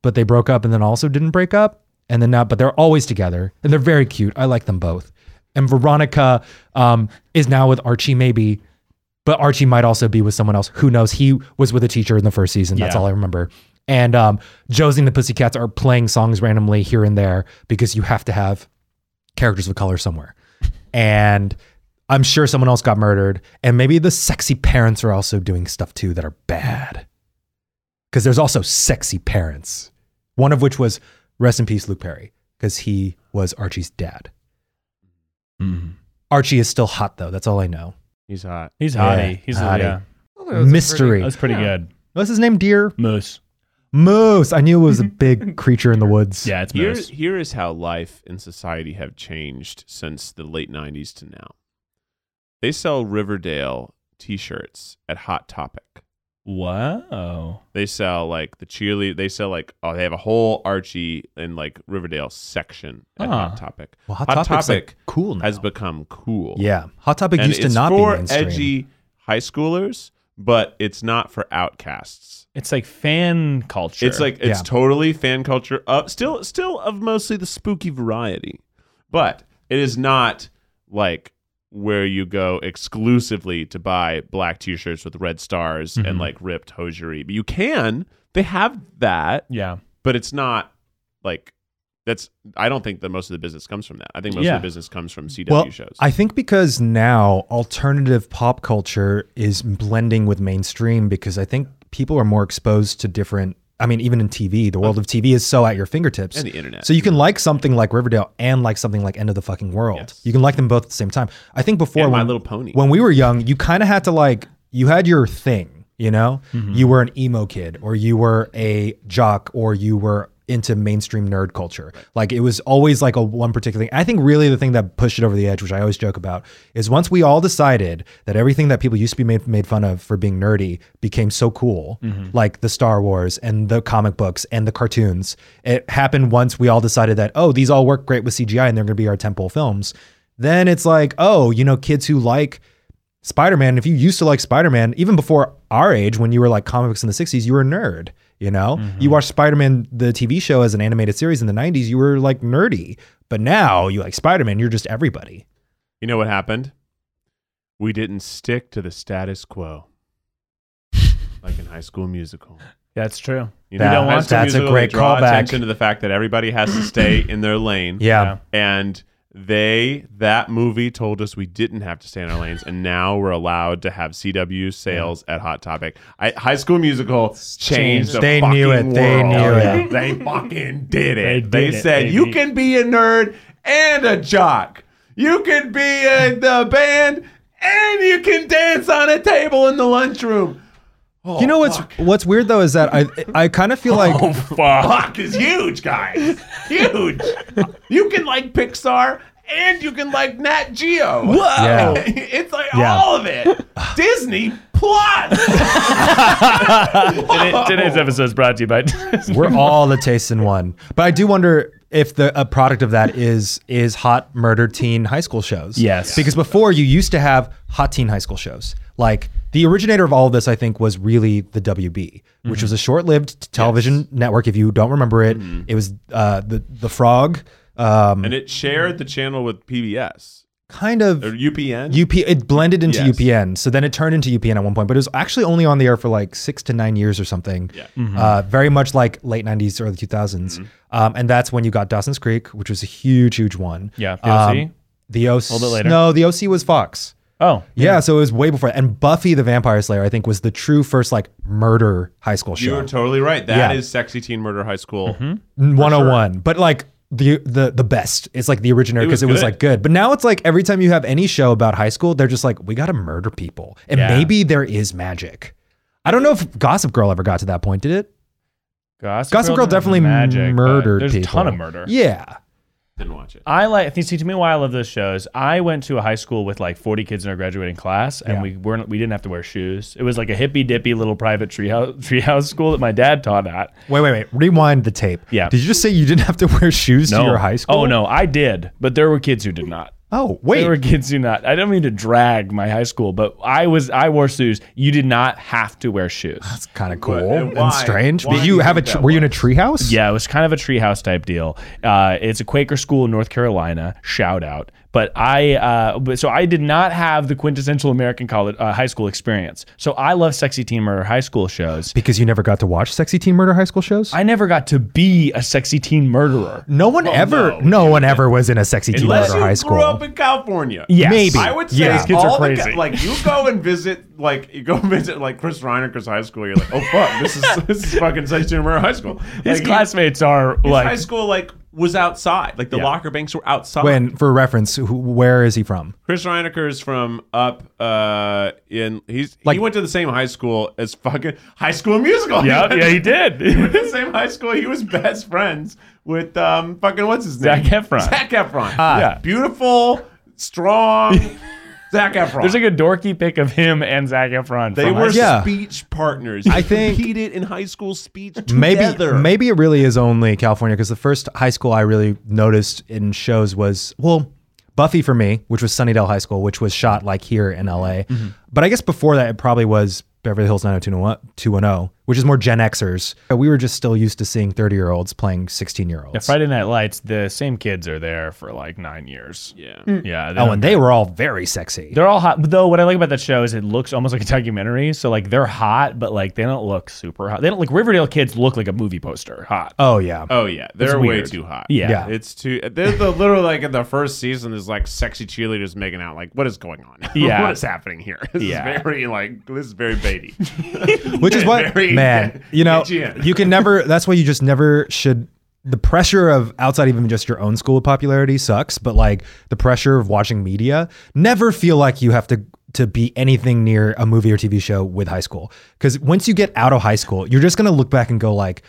Speaker 3: but they broke up and then also didn't break up. And then now, but they're always together and they're very cute. I like them both. And Veronica um, is now with Archie, maybe, but Archie might also be with someone else. Who knows? He was with a teacher in the first season. That's
Speaker 4: Yeah.
Speaker 3: all I remember. And um, Josie and the Pussycats are playing songs randomly here and there because you have to have characters of color somewhere. And I'm sure someone else got murdered. And maybe the sexy parents are also doing stuff too that are bad. Because there's also sexy parents, one of which was rest in peace, Luke Perry, because he was Archie's dad. Mm-hmm. Archie is still hot though. That's all I know.
Speaker 2: He's hot.
Speaker 4: He's
Speaker 3: Yeah,
Speaker 4: hottie. He's
Speaker 3: hottie.
Speaker 4: yeah.
Speaker 5: Oh, that was a pretty-
Speaker 3: Mystery.
Speaker 4: That's pretty good.
Speaker 3: What's his name? Deer?
Speaker 4: Moose.
Speaker 3: Moose. I knew it was a big creature in the woods.
Speaker 4: Yeah, it's
Speaker 2: Here,
Speaker 4: moose.
Speaker 2: here is how life and society have changed since the late 90s to now. They sell Riverdale t shirts at Hot Topic.
Speaker 4: Wow.
Speaker 2: They sell like the cheerleader. They sell like oh, they have a whole Archie and like Riverdale section at
Speaker 4: Huh.
Speaker 2: Hot Topic.
Speaker 3: Well, Hot, Topic's like, cool now.
Speaker 2: has become cool.
Speaker 3: yeah. Hot Topic
Speaker 2: and
Speaker 3: used to
Speaker 2: it's
Speaker 3: not
Speaker 2: for
Speaker 3: be mainstream.
Speaker 2: edgy high schoolers, but it's not for outcasts.
Speaker 4: It's like fan culture.
Speaker 2: It's like it's
Speaker 3: Yeah.
Speaker 2: totally fan culture. Of, still, still of mostly the spooky variety, but it is not like where you go exclusively to buy black T-shirts with red stars
Speaker 3: Mm-hmm.
Speaker 2: and like ripped hosiery. But you can. They have that
Speaker 4: yeah.
Speaker 2: but it's not like That's I don't think that most of the business comes from that. I think most
Speaker 4: Yeah.
Speaker 2: of the business comes from CW
Speaker 3: well,
Speaker 2: shows.
Speaker 3: I think because now alternative pop culture is blending with mainstream because I think people are more exposed to different. I mean, even in TV, the world of TV is so at your fingertips.
Speaker 2: And the internet.
Speaker 3: So you can like something like Riverdale and like something like End of the Fucking World.
Speaker 2: Yes.
Speaker 3: You can like them both at the same time. I think before
Speaker 2: And My
Speaker 3: when-
Speaker 2: Little Pony.
Speaker 3: When we were young, you kind of had to like you had your thing. You know, you were an emo kid, or you were a jock, or you were into mainstream nerd culture. Like it was always like a one particular thing. I think really the thing that pushed it over the edge, which I always joke about, is once we all decided that everything that people used to be made made fun of for being nerdy became so cool,
Speaker 4: Mm-hmm.
Speaker 3: like the Star Wars and the comic books and the cartoons. It happened once we all decided that oh, these all work great with CGI and they're going to be our temple films. Then it's like oh, you know, kids who like Spider Man, if you used to like Spider Man, even before our age, when you were like comics in the 60s, you were a nerd. You know,
Speaker 2: Mm-hmm.
Speaker 3: you watched Spider Man, the TV show, as an animated series in the 90s, you were like nerdy. But now you like Spider Man, you're just everybody.
Speaker 2: you know what happened? We didn't stick to the status quo, like in High School Musical.
Speaker 4: That's true.
Speaker 2: You
Speaker 3: That-
Speaker 2: High School
Speaker 3: that's a
Speaker 2: Musical, they
Speaker 3: great
Speaker 2: draw
Speaker 3: callback.
Speaker 2: Attention to the fact that everybody has to stay in their lane.
Speaker 3: Yeah.
Speaker 2: and they that movie told us we didn't have to stay in our lanes and now we're allowed to have cw sales at hot topic I, high school musical changed the
Speaker 3: They knew
Speaker 2: fucking
Speaker 3: it. They
Speaker 2: world.
Speaker 3: knew it.
Speaker 2: they fucking did
Speaker 4: They
Speaker 2: it
Speaker 4: did
Speaker 2: they,
Speaker 4: it,
Speaker 2: said
Speaker 4: baby.
Speaker 2: you can be a nerd and a jock you can be in the band and you can dance on a table in the lunchroom Oh,
Speaker 3: you know what's
Speaker 2: fuck. Oh,
Speaker 3: what's weird though is that I I kind of feel like
Speaker 2: Fuck is huge, guys. Huge. you can like Pixar and you can like Nat Geo. Whoa.
Speaker 3: Yeah.
Speaker 2: it's like
Speaker 3: Yeah.
Speaker 2: all of it. Disney plus.
Speaker 4: Today- today's episode is brought to you by. Disney.
Speaker 3: we're all the taste in one. But I do wonder if the a product of that is is hot murder teen high school shows.
Speaker 4: Yes.
Speaker 3: Because before you used to have hot teen high school shows. Like the originator of all of this, I think, was really the WB, which was a short-lived t- television network. If you don't remember it, it was uh, the the Frog, um,
Speaker 2: and it shared the channel with PBS
Speaker 3: kind of
Speaker 2: or UPN.
Speaker 3: UP. It blended into
Speaker 2: Yes.
Speaker 3: UPN, so then it turned into UPN at one point. But it was actually only on the air for like six to nine years or something.
Speaker 2: Yeah. Mm-hmm.
Speaker 3: Uh,
Speaker 4: Mm-hmm.
Speaker 3: very much like late '90s, early 2000s, um, and that's when you got Dawson's Creek, which was a huge, huge one.
Speaker 4: Yeah,
Speaker 3: Um,
Speaker 4: POC?
Speaker 3: the OC.
Speaker 4: bit later.
Speaker 3: No, the OC was Fox.
Speaker 4: oh,
Speaker 3: Yeah, so it was way before. And Buffy the Vampire Slayer, I think, was the true first like murder high school show.
Speaker 2: You're totally right. That is
Speaker 3: Yeah. Mm-hmm.
Speaker 2: Sexy Teen Murder High School.
Speaker 3: 101 but like the the the best it's like the originator
Speaker 2: It was
Speaker 3: because it, was
Speaker 2: good.
Speaker 3: like good but now it's like every time you have any show about high school they're just like we gotta murder people and
Speaker 4: Yeah.
Speaker 3: maybe there is magic i don't know if gossip girl ever got to that point did it
Speaker 4: Gossip,
Speaker 3: gossip girl
Speaker 4: doesn't have
Speaker 3: definitely
Speaker 4: magic, but
Speaker 3: murdered
Speaker 4: There's
Speaker 3: people
Speaker 4: a ton of murder.
Speaker 3: yeah
Speaker 2: Didn't watch it.
Speaker 4: I like. think- See, to me, why I love those shows. I went to a high school with like 40 kids in our graduating class, and
Speaker 3: Yeah.
Speaker 4: we weren't. We didn't have to wear shoes. It was like a hippy dippy little private treehouse treehouse school that my dad taught at.
Speaker 3: wait wait wait rewind the tape
Speaker 4: Yeah.
Speaker 3: did you just say you didn't have to wear shoes to your high school
Speaker 4: Oh no, I did, but there were kids who did not.
Speaker 3: oh wait
Speaker 4: There were kids who not. I don't mean to drag my high school, but I was. I wore shoes. You did not have to wear shoes.
Speaker 3: that's kind of cool
Speaker 2: and why-
Speaker 3: and strange
Speaker 2: why
Speaker 3: did
Speaker 2: do
Speaker 3: you
Speaker 2: you
Speaker 3: have a
Speaker 2: think
Speaker 3: tr-
Speaker 2: that
Speaker 3: were you in a treehouse
Speaker 4: Yeah, it was kind of a treehouse type deal. Uh, it's a Quaker school in North Carolina. Shout out. But I, uh, but- so I did not have the quintessential American college uh, high school experience. So I love sexy teen murder high school shows.
Speaker 3: because you never got to watch sexy teen murder high school shows
Speaker 4: I never got to be a sexy teen murderer.
Speaker 3: no one ever no, one ever was in a sexy teen
Speaker 2: Unless
Speaker 3: murder
Speaker 2: you
Speaker 3: high
Speaker 2: grew
Speaker 3: school
Speaker 2: up in California.
Speaker 4: Yes.
Speaker 3: Maybe.
Speaker 2: I would say
Speaker 3: Yeah.
Speaker 4: These kids are
Speaker 2: all the
Speaker 4: crazy.
Speaker 2: ca- like you go and visit like you go and visit like Chris Reiner's high school. You're like, oh fuck, this is this is fucking Sexy Teen Murder High School.
Speaker 4: His
Speaker 2: Like, you-
Speaker 4: classmates are
Speaker 2: his
Speaker 4: like
Speaker 2: high school like was outside. Like the
Speaker 4: Yeah.
Speaker 2: locker banks were outside.
Speaker 3: When, for reference, who, where is he from?
Speaker 2: Chris Reinecker is from up uh in he's
Speaker 3: Like-
Speaker 2: he went to the same high school as fucking High School Musical.
Speaker 4: Yep,
Speaker 2: He
Speaker 4: yeah, he
Speaker 2: went- he went
Speaker 4: did.
Speaker 2: to the same high school. He was best friends with um fucking what's his
Speaker 4: Zac
Speaker 2: name?
Speaker 4: Efron. Ah.
Speaker 2: Zac Efron.
Speaker 4: Yeah.
Speaker 2: Beautiful, strong Zac Efron.
Speaker 4: There's like a dorky pic of him and Zac Efron.
Speaker 2: They
Speaker 4: from
Speaker 2: were
Speaker 4: high-
Speaker 3: Yeah.
Speaker 2: speech partners.
Speaker 3: I
Speaker 2: They
Speaker 3: think-
Speaker 2: competed in high school speech
Speaker 3: Maybe,
Speaker 2: together.
Speaker 3: maybe it really is only California because the first high school I really noticed in shows was well, Buffy for me, which was Sunnydale High School, which was Mm-hmm. oh shot like here in LA. But I guess before that, it probably was Beverly Hills 90210, oh, which is more Gen Xers. We were just still used to seeing 30 year olds playing 16 year olds.
Speaker 4: Yeah, Friday Night Lights, the same kids are there for like nine years.
Speaker 2: Yeah.
Speaker 4: Yeah. they
Speaker 3: oh,
Speaker 4: don't-
Speaker 3: and they were all very sexy.
Speaker 4: they're all hot. But though, what I like about that show is it looks almost like a documentary. So like they're hot, but like they don't look super hot. They don't like Riverdale kids look like a movie poster hot.
Speaker 3: Oh, yeah.
Speaker 2: Oh yeah, they're way
Speaker 4: weird.
Speaker 2: too hot.
Speaker 4: Yeah. Yeah.
Speaker 2: it's too. They're the literal like in the first season. There's like sexy cheerleaders making out. Like, what is going on?
Speaker 4: Yeah.
Speaker 2: what is happening here? This
Speaker 4: Yeah.
Speaker 2: is very like this is very baity.
Speaker 3: which is what
Speaker 2: Very-
Speaker 3: man you know
Speaker 2: Itchy.
Speaker 3: you can never that's why you just never should the pressure of outside even just your own school popularity sucks but like the pressure of watching media never feel like you have to to be anything near a movie or tv show with high school because once you get out of high school you're just going to look back and go like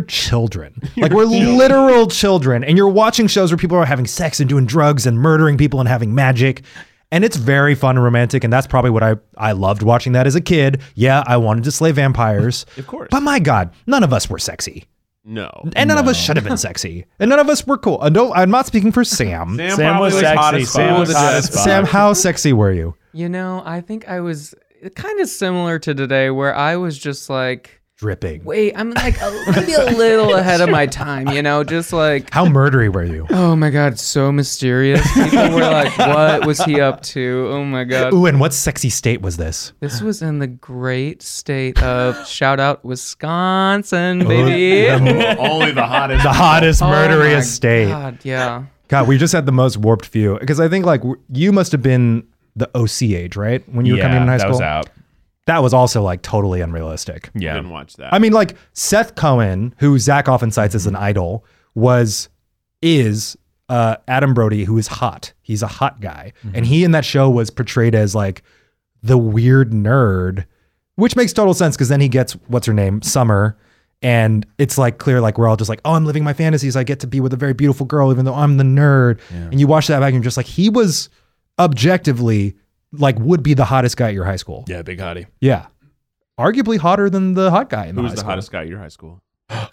Speaker 3: children like we're literal children and you're watching shows where people are having sex and doing drugs and murdering people and having magic and it's very fun and romantic and that's probably what i i loved watching that as a kid yeah i wanted to slay vampires
Speaker 2: Of course.
Speaker 3: but my god none of us were sexy
Speaker 2: no.
Speaker 3: and none of us should have been sexy and none of us were cool Uh, no i'm not speaking for sam sam, Uh,
Speaker 2: Sam, probably
Speaker 4: was
Speaker 2: was hot
Speaker 4: sexy.
Speaker 2: as
Speaker 4: Sam
Speaker 2: fuck.
Speaker 4: was
Speaker 2: Cool to
Speaker 4: hot
Speaker 2: death.
Speaker 4: as fuck.
Speaker 3: how sexy were you
Speaker 5: You know, I think I was kind of similar to today where I was just like,
Speaker 3: dripping
Speaker 5: wait, I'm like a, maybe a little ahead of my time, you know, just like,
Speaker 3: how murdery were you
Speaker 5: oh my God, so mysterious. People were like, what was he up to? Oh my God.
Speaker 3: ooh and what sexy state was this
Speaker 5: This was in the great state of shout out
Speaker 2: Oh,
Speaker 5: Wisconsin,
Speaker 3: Ooh,
Speaker 5: baby.
Speaker 3: the,
Speaker 2: Only the hottest.
Speaker 3: the hottest
Speaker 5: Oh
Speaker 3: murderiest
Speaker 5: my
Speaker 3: state
Speaker 5: God, yeah.
Speaker 3: God, we just had the most warped view because I think like w- you must have been the OC age, right? When you were
Speaker 4: yeah,
Speaker 3: coming in high
Speaker 4: that
Speaker 3: school,
Speaker 4: was out.
Speaker 3: that was also like totally unrealistic.
Speaker 2: I
Speaker 4: Yeah.
Speaker 2: didn't watch that.
Speaker 3: I mean, like Seth Cohen, who Zach often cites as an idol, was is uh, Adam Brody, who is hot. He's a hot guy, and he in that show was portrayed as like the weird nerd, which makes total sense because then he gets what's her name, Summer. And it's like clear, like we're all just like, oh, I'm living my fantasies. I get to be with a very beautiful girl, even though I'm the nerd. And you watch that back and you're just like, he was objectively like would be the hottest guy at your high school.
Speaker 4: Yeah, big hottie.
Speaker 3: Yeah. Arguably hotter than the hot guy in the
Speaker 2: who was
Speaker 3: high
Speaker 2: the
Speaker 3: school.
Speaker 2: hottest guy at your high school?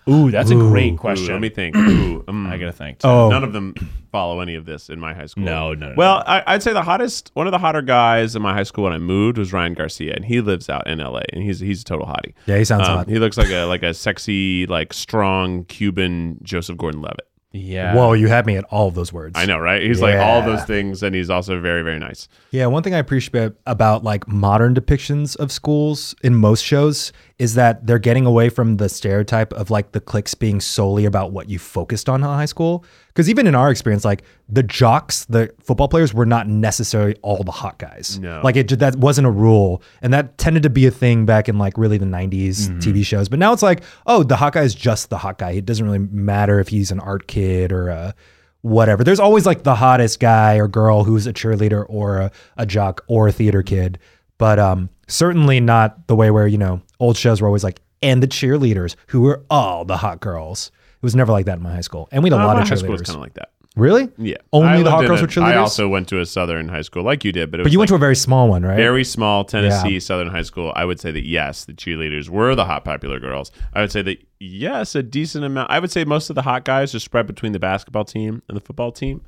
Speaker 4: Ooh, that's a
Speaker 3: Ooh.
Speaker 4: great
Speaker 2: Ooh,
Speaker 4: question.
Speaker 2: let me think. Ooh, mm.
Speaker 4: I gotta think. too.
Speaker 3: Oh,
Speaker 2: None of them follow any of this in my high school.
Speaker 4: No, no, no,
Speaker 2: Well, I, I'd say the hottest, one of the hotter guys in my high school when I moved was Ryan Garcia, and he lives out in L.A. and he's he's a total hottie.
Speaker 3: yeah, he sounds
Speaker 2: Um,
Speaker 3: hot.
Speaker 2: he looks like a like a sexy, like strong Cuban Joseph Gordon-Levitt.
Speaker 4: yeah.
Speaker 3: Whoa, you had me at all of those words.
Speaker 2: I know, right? He's like all
Speaker 3: Yeah.
Speaker 2: those things, and he's also very very nice.
Speaker 3: Yeah, one thing I appreciate about like modern depictions of schools in most shows is that they're getting away from the stereotype of like the cliques being solely about what you focused on in high school. Because even in our experience, like the jocks, the football players were not necessarily all the hot guys.
Speaker 2: No.
Speaker 3: Like it that wasn't a rule. And that tended to be a thing back in like really the 90s TV shows. But now it's like, oh, the hot guy is just the hot guy. It doesn't really matter if he's an art kid or a whatever. There's always like the hottest guy or girl who's a cheerleader or a, a jock or a theater kid, but um, certainly not the way where you know old shows were always like and the cheerleaders who were all the hot girls. It was never like that in my high school, and we had a
Speaker 2: Uh,
Speaker 3: lot
Speaker 2: my
Speaker 3: of
Speaker 2: high school was
Speaker 3: cheerleaders.
Speaker 2: kind of like that.
Speaker 3: really?
Speaker 2: Yeah,
Speaker 3: Only
Speaker 2: I
Speaker 3: the hot
Speaker 2: lived in
Speaker 3: girls
Speaker 2: a-
Speaker 3: were cheerleaders.
Speaker 2: I also went to a Southern high school like you did, but it
Speaker 3: but
Speaker 2: was
Speaker 3: you
Speaker 2: like
Speaker 3: went to a very small one, right?
Speaker 2: very small Tennessee
Speaker 3: Yeah.
Speaker 2: Southern high school, I would say that yes, the cheerleaders were the hot popular girls. I would say that yes, a decent amount. I would say most of the hot guys are spread between the basketball team and the football team,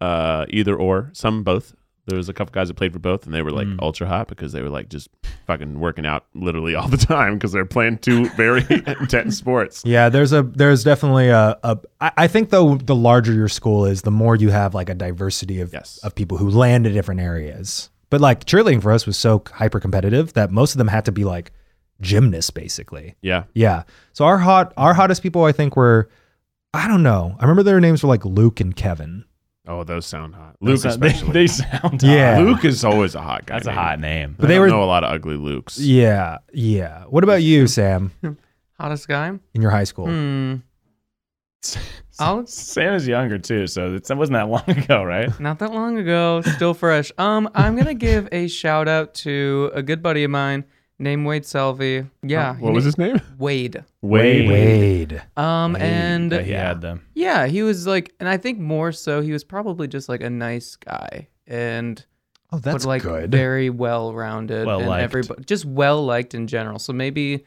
Speaker 2: uh, either or, some both. There was a couple guys that played for both, and they were like ultra hot because they were like just fucking working out literally all the time because they're playing two very intense sports.
Speaker 3: Yeah, there's a there's definitely a, a I, I think though the larger your school is, the more you have like a diversity of
Speaker 2: Yes.
Speaker 3: of people who land in different areas. But like cheerleading for us was so hyper competitive that most of them had to be like gymnasts basically.
Speaker 2: Yeah,
Speaker 3: Yeah. So our hot our hottest people I think were I don't know. I remember their names were like Luke and Kevin.
Speaker 2: oh, those sound hot.
Speaker 4: They
Speaker 2: Luke
Speaker 4: sound- they,
Speaker 2: especially.
Speaker 4: they sound.
Speaker 3: Yeah.
Speaker 4: Hot.
Speaker 2: Luke is always a hot guy.
Speaker 4: That's a
Speaker 2: man.
Speaker 4: hot name.
Speaker 3: But
Speaker 2: I
Speaker 3: they
Speaker 2: don't
Speaker 3: were-
Speaker 2: know a lot of ugly Lukes.
Speaker 3: Yeah. Yeah. What about you, Sam,
Speaker 5: Hottest guy?
Speaker 3: in your high school?
Speaker 5: Hmm. I'll-
Speaker 4: Sam is younger too, so it's- that wasn't that long ago, right?
Speaker 5: Not that long ago, still fresh. Um, I'm gonna give a shout out to a good buddy of mine named Wade Selvey. Yeah,
Speaker 2: What was his name?
Speaker 5: Wade.
Speaker 2: Wade.
Speaker 3: Wade.
Speaker 5: Um, and
Speaker 4: But he had them.
Speaker 5: yeah, he was like, and I think more so, he was probably just like a nice guy and
Speaker 3: Oh, that's
Speaker 5: but like
Speaker 3: good.
Speaker 5: very well rounded and
Speaker 4: Well-liked. Mm-hmm.
Speaker 5: everybody just well liked in general. So maybe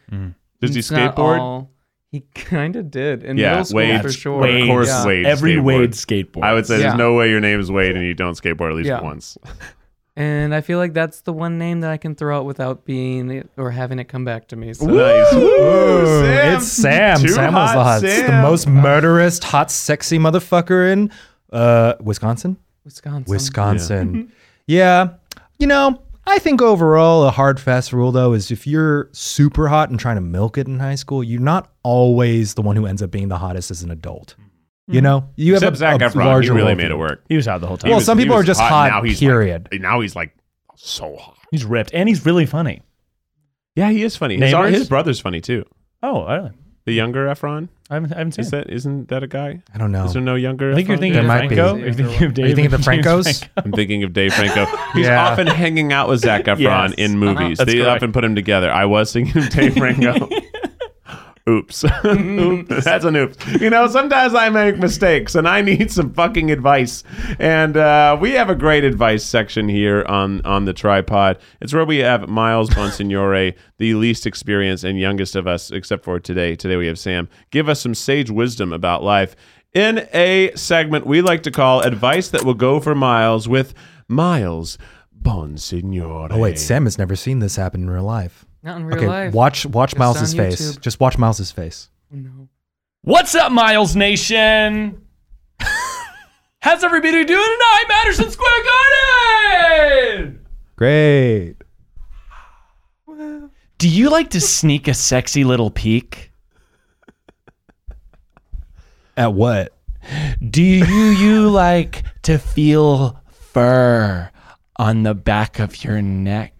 Speaker 2: Does he
Speaker 5: it's not
Speaker 2: skateboard?
Speaker 5: all- he kind of did in
Speaker 2: Yeah,
Speaker 5: middle school
Speaker 2: Wade-
Speaker 5: for sure.
Speaker 2: Wade- Of course
Speaker 5: yeah.
Speaker 2: Wade
Speaker 4: Every
Speaker 2: skateboard.
Speaker 4: Wade skateboard.
Speaker 2: I would say
Speaker 5: Yeah.
Speaker 2: there's no way your name is Wade and you don't skateboard at least
Speaker 5: Yeah.
Speaker 2: once.
Speaker 5: And I feel like that's the one name that I can throw out without being or having it come back to me. So
Speaker 2: Nice. Woo,
Speaker 3: Ooh,
Speaker 2: Sam.
Speaker 3: It's Sam.
Speaker 2: Too
Speaker 3: Sam
Speaker 2: hot
Speaker 3: Oslahotz, the
Speaker 2: Sam.
Speaker 3: most murderous, hot, sexy motherfucker in uh, Wisconsin.
Speaker 5: Wisconsin.
Speaker 2: Mm-hmm.
Speaker 3: Wisconsin. Yeah. You know, I think overall a hard fast rule though is if you're super hot and trying to milk it in high school, you're not always the one who ends up being the hottest as an adult. You know, you
Speaker 2: Mm-hmm. Except Zach
Speaker 3: have a,
Speaker 2: Efron,
Speaker 3: a
Speaker 2: he
Speaker 3: larger
Speaker 2: really
Speaker 3: worldview.
Speaker 2: made it work.
Speaker 4: He was out the whole time.
Speaker 2: He
Speaker 3: Well,
Speaker 2: was-
Speaker 3: some
Speaker 2: he
Speaker 3: people
Speaker 2: was
Speaker 3: are just hot,
Speaker 2: hot. Now he's like-
Speaker 3: period.
Speaker 2: Now he's like so hot.
Speaker 4: He's ripped and he's really funny.
Speaker 2: Yeah, he is funny. His,
Speaker 4: Neighbors?
Speaker 2: his brother's funny too.
Speaker 4: Oh, I, don't-
Speaker 2: The younger Efron
Speaker 4: I haven't, I haven't seen
Speaker 2: is
Speaker 4: him.
Speaker 2: that isn't that a guy?
Speaker 3: I don't know.
Speaker 2: Is there no younger?
Speaker 4: I think you're
Speaker 2: Efron?
Speaker 4: thinking of
Speaker 3: There might be.
Speaker 4: Franco. You're thinking of
Speaker 3: Are you
Speaker 4: David
Speaker 3: thinking the
Speaker 4: James
Speaker 3: Francos?
Speaker 4: Franco.
Speaker 2: I'm thinking of Dave Franco. He's
Speaker 3: Yeah.
Speaker 2: often hanging out with Zach Efron
Speaker 4: Yes.
Speaker 2: in movies.
Speaker 4: Uh-huh.
Speaker 2: they
Speaker 4: That's correct.
Speaker 2: often put him together. I was thinking of Dave Franco. Oops.
Speaker 3: Mm-hmm.
Speaker 2: oops. That's an oops. You know, sometimes I make mistakes and I need some fucking advice. And uh, we have a great advice section here on, on the tripod. It's where we have Miles Bonsignore, the least experienced and youngest of us, except for today. Today we have Sam. Give us some sage wisdom about life in a segment we like to call Advice That Will Go for Miles with Miles Bonsignore.
Speaker 3: Oh wait, Sam has never seen this happen in real life.
Speaker 5: Not in real
Speaker 3: okay,
Speaker 5: life.
Speaker 3: watch watch
Speaker 5: It's
Speaker 3: Miles's
Speaker 5: on
Speaker 3: face.
Speaker 5: YouTube.
Speaker 3: Just watch Miles's face.
Speaker 5: No.
Speaker 4: What's up, Miles Nation? How's everybody doing tonight, Madison Square Garden?
Speaker 3: Great.
Speaker 4: Do you like to sneak a sexy little peek?
Speaker 3: At what?
Speaker 4: Do you you like to feel fur on the back of your neck?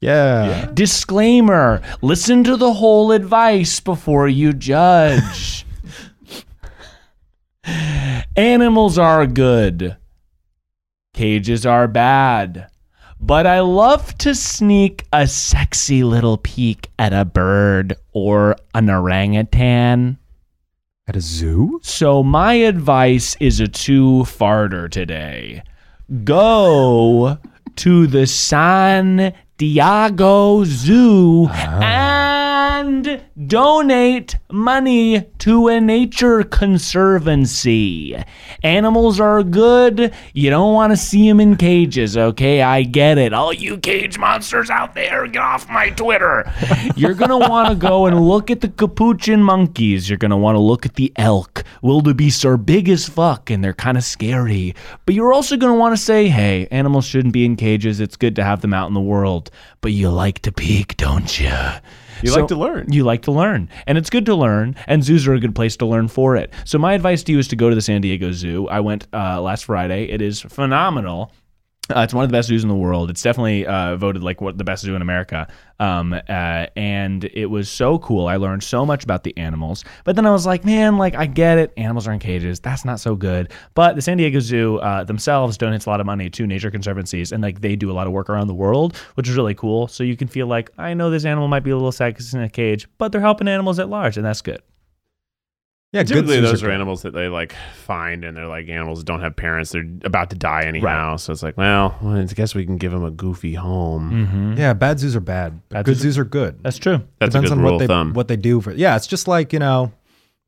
Speaker 3: Yeah.
Speaker 4: Disclaimer: Listen to the whole advice before you judge. Animals are good. Cages are bad. But I love to sneak a sexy little peek at a bird or an orangutan.
Speaker 3: At a zoo?
Speaker 4: So my advice is a two farter today. Go to the San Diego Zoo and donate money to a nature conservancy. Animals are good. You don't want to see them in cages, okay? I get it. All you cage monsters out there, get off my Twitter. You're going to want to go and look at the capuchin monkeys. You're going to want to look at the elk. Wildebeests are big as fuck and they're kind of scary. But you're also going to want to say, hey, animals shouldn't be in cages. It's good to have them out in the world. But you like to peek, don't you?
Speaker 2: You like to learn.
Speaker 4: You like to learn, and it's good to learn, and zoos are a good place to learn for it. So my advice to you is to go to the San Diego Zoo. I went uh, last Friday. It is phenomenal. Uh, it's one of the best zoos in the world. It's definitely uh, voted like what the best zoo in America. Um, uh, and it was so cool. I learned so much about the animals. But then I was like, man, like I get it. Animals are in cages. That's not so good. But the San Diego Zoo uh, themselves donates a lot of money to nature conservancies, and like they do a lot of work around the world, which is really cool. So you can feel like I know this animal might be a little sexy in a cage, but they're helping animals at large, and that's good.
Speaker 3: Yeah,
Speaker 2: Typically,
Speaker 3: zoos
Speaker 2: those are
Speaker 3: good.
Speaker 2: animals that they like find, and they're like animals that don't have parents. They're about to die anyhow, so it's like, well, I guess we can give them a goofy home.
Speaker 3: Mm.
Speaker 4: Mm-hmm.
Speaker 3: Yeah, bad zoos are bad. but
Speaker 4: Bad
Speaker 3: good
Speaker 4: zoos-
Speaker 3: zoos are good.
Speaker 4: That's true.
Speaker 2: That's
Speaker 3: Depends
Speaker 2: a
Speaker 3: on
Speaker 2: good
Speaker 3: what
Speaker 2: rule
Speaker 3: they
Speaker 2: of thumb.
Speaker 3: what they do for. Yeah, it's just like you know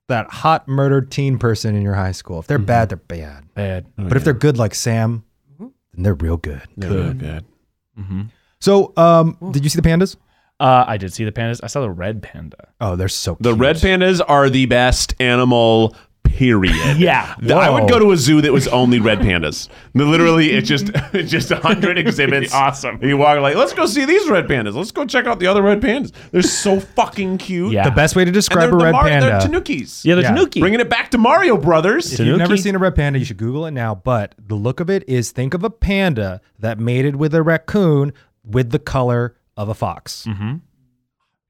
Speaker 3: that hot murdered teen person in your high school. If they're bad, they're Mm-hmm. bad. Oh,
Speaker 4: Bad.
Speaker 3: but if they're good, like Sam, then they're real good.
Speaker 2: They're really good.
Speaker 3: So, um, did you see the pandas?
Speaker 4: Uh, I did see the pandas. I saw the red panda.
Speaker 3: Oh, they're so
Speaker 2: The
Speaker 3: cute.
Speaker 2: red pandas are the best animal. Period.
Speaker 4: Yeah.
Speaker 2: Th- I would
Speaker 3: Whoa.
Speaker 2: go to a zoo that was only red pandas. Literally, it's just it's just a hundred exhibits. awesome. You walk like, let's go see these red pandas. Let's go check out the other red pandas. They're so fucking cute.
Speaker 4: Yeah.
Speaker 3: The best way to
Speaker 2: And they're
Speaker 3: describe a
Speaker 2: the
Speaker 3: red
Speaker 2: Mar- They're
Speaker 3: panda.
Speaker 2: Tanukis.
Speaker 4: Yeah, the
Speaker 3: Yeah.
Speaker 4: tanuki.
Speaker 2: Bringing it back to Mario Brothers.
Speaker 3: If you've never
Speaker 4: Tanuki.
Speaker 3: seen a red panda, you should Google it now. But the look of it is think of a panda that mated with a raccoon with the color of a fox.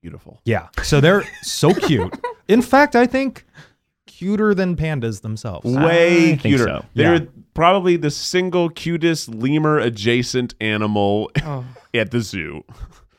Speaker 2: Beautiful.
Speaker 3: Yeah. So they're so cute. In fact, I think cuter than pandas themselves.
Speaker 2: way
Speaker 4: I think
Speaker 2: cuter.
Speaker 4: so.
Speaker 2: They're
Speaker 3: Yeah.
Speaker 2: probably the single cutest lemur adjacent animal
Speaker 5: Oh.
Speaker 2: at the zoo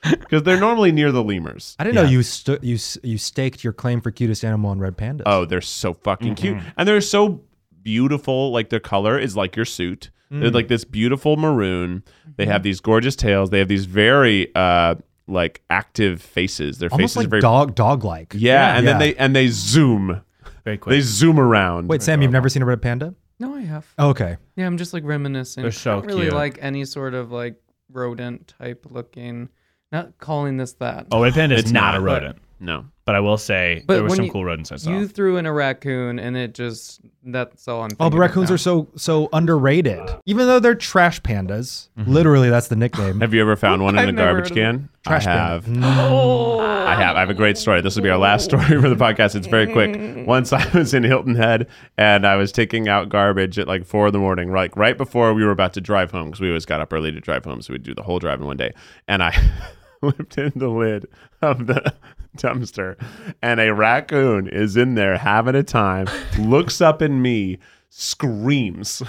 Speaker 2: because they're normally near the lemurs.
Speaker 3: I didn't know you stu- you s- you staked your claim for cutest animal on red pandas.
Speaker 2: Oh, they're so fucking
Speaker 3: Mm-hmm.
Speaker 2: cute, and they're so beautiful. Like their color is like your suit. They're
Speaker 3: Mm.
Speaker 2: like this beautiful maroon. They have these gorgeous tails. They have these very uh like active faces. Their
Speaker 3: almost
Speaker 2: faces
Speaker 3: like
Speaker 2: are very
Speaker 3: dog dog like.
Speaker 2: yeah, and
Speaker 3: Yeah.
Speaker 2: then they and they zoom.
Speaker 4: Very quick.
Speaker 2: They zoom around.
Speaker 3: Wait, Sam, you've never seen a red panda? Oh,
Speaker 5: No, I have.
Speaker 3: Okay.
Speaker 5: Yeah, I'm just like reminiscing.
Speaker 4: They're so
Speaker 5: I don't really
Speaker 4: cute.
Speaker 5: like any sort of like rodent type looking. Not calling this that.
Speaker 4: Oh, red panda is
Speaker 2: It's
Speaker 4: not,
Speaker 2: not,
Speaker 4: a
Speaker 2: but-
Speaker 4: rodent,
Speaker 2: No.
Speaker 4: but I will say
Speaker 5: But
Speaker 4: there were
Speaker 5: when
Speaker 4: some
Speaker 5: you-
Speaker 4: cool rodents I saw.
Speaker 5: You threw in a raccoon, and it just that's all I'm.
Speaker 3: Oh, but raccoons are so so underrated. Even though they're trash pandas, literally that's the nickname.
Speaker 2: Have you ever found one in
Speaker 5: I've
Speaker 2: a
Speaker 5: never heard
Speaker 2: garbage
Speaker 5: of
Speaker 2: can? I
Speaker 3: Trash panda.
Speaker 2: have. I have. I have a great story. This will be our last story for the podcast. It's very quick. Once I was in Hilton Head and I was taking out garbage at like four in the morning, like right before we were about to drive home, because we always got up early to drive home, so we'd do the whole drive in one day. And I lift in the lid of the dumpster, and a raccoon is in there having a time, looks up at me, screams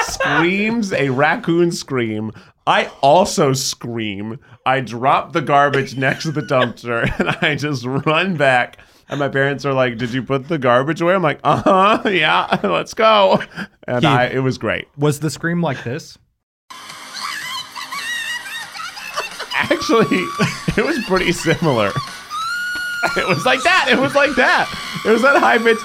Speaker 2: screams a raccoon scream. I also scream. I drop the garbage next to the dumpster and I just run back. And my parents are like, "Did you put the garbage away?" I'm like, "Uh huh, yeah, let's go." And I, it was great.
Speaker 3: Was the scream like this?
Speaker 2: Actually, it was pretty similar. It was like that. It was like that. It was that high pitch.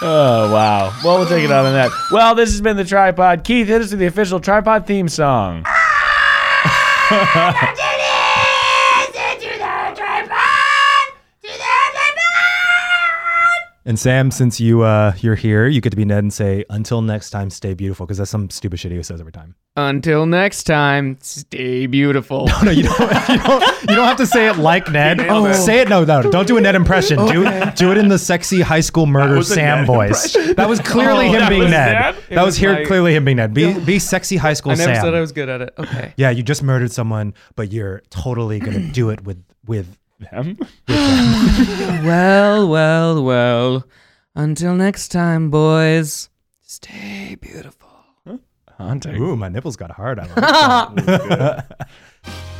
Speaker 4: Oh wow! Well, we'll take it out on that. Well, this has been the tripod. Keith, hit us with the official tripod theme song.
Speaker 3: And Sam, since you uh, you're here, you get to be Ned and say, "Until next time, stay beautiful," because that's some stupid shit he says every time.
Speaker 5: Until next time, stay beautiful.
Speaker 3: No, you don't. You don't, you don't have to say it like Ned. Oh, say it. No, no. Don't do a Ned impression. Do do it in the sexy high school murder
Speaker 2: was a
Speaker 3: Sam
Speaker 2: Ned
Speaker 3: voice.
Speaker 2: impression.
Speaker 3: That was clearly him
Speaker 4: that
Speaker 3: being
Speaker 4: was
Speaker 3: Ned.
Speaker 4: Ned?
Speaker 3: That
Speaker 5: It
Speaker 3: was,
Speaker 5: was
Speaker 3: here
Speaker 5: like-
Speaker 3: clearly him being Ned. Be be sexy high school
Speaker 5: I never
Speaker 3: Sam.
Speaker 5: said I was good at it. Okay.
Speaker 3: yeah, you just murdered someone, but you're totally gonna do it with with.
Speaker 5: well, well, well. Until next time, boys. Stay beautiful.
Speaker 4: Haunting.
Speaker 3: Ooh, my nipples got hard. I like that.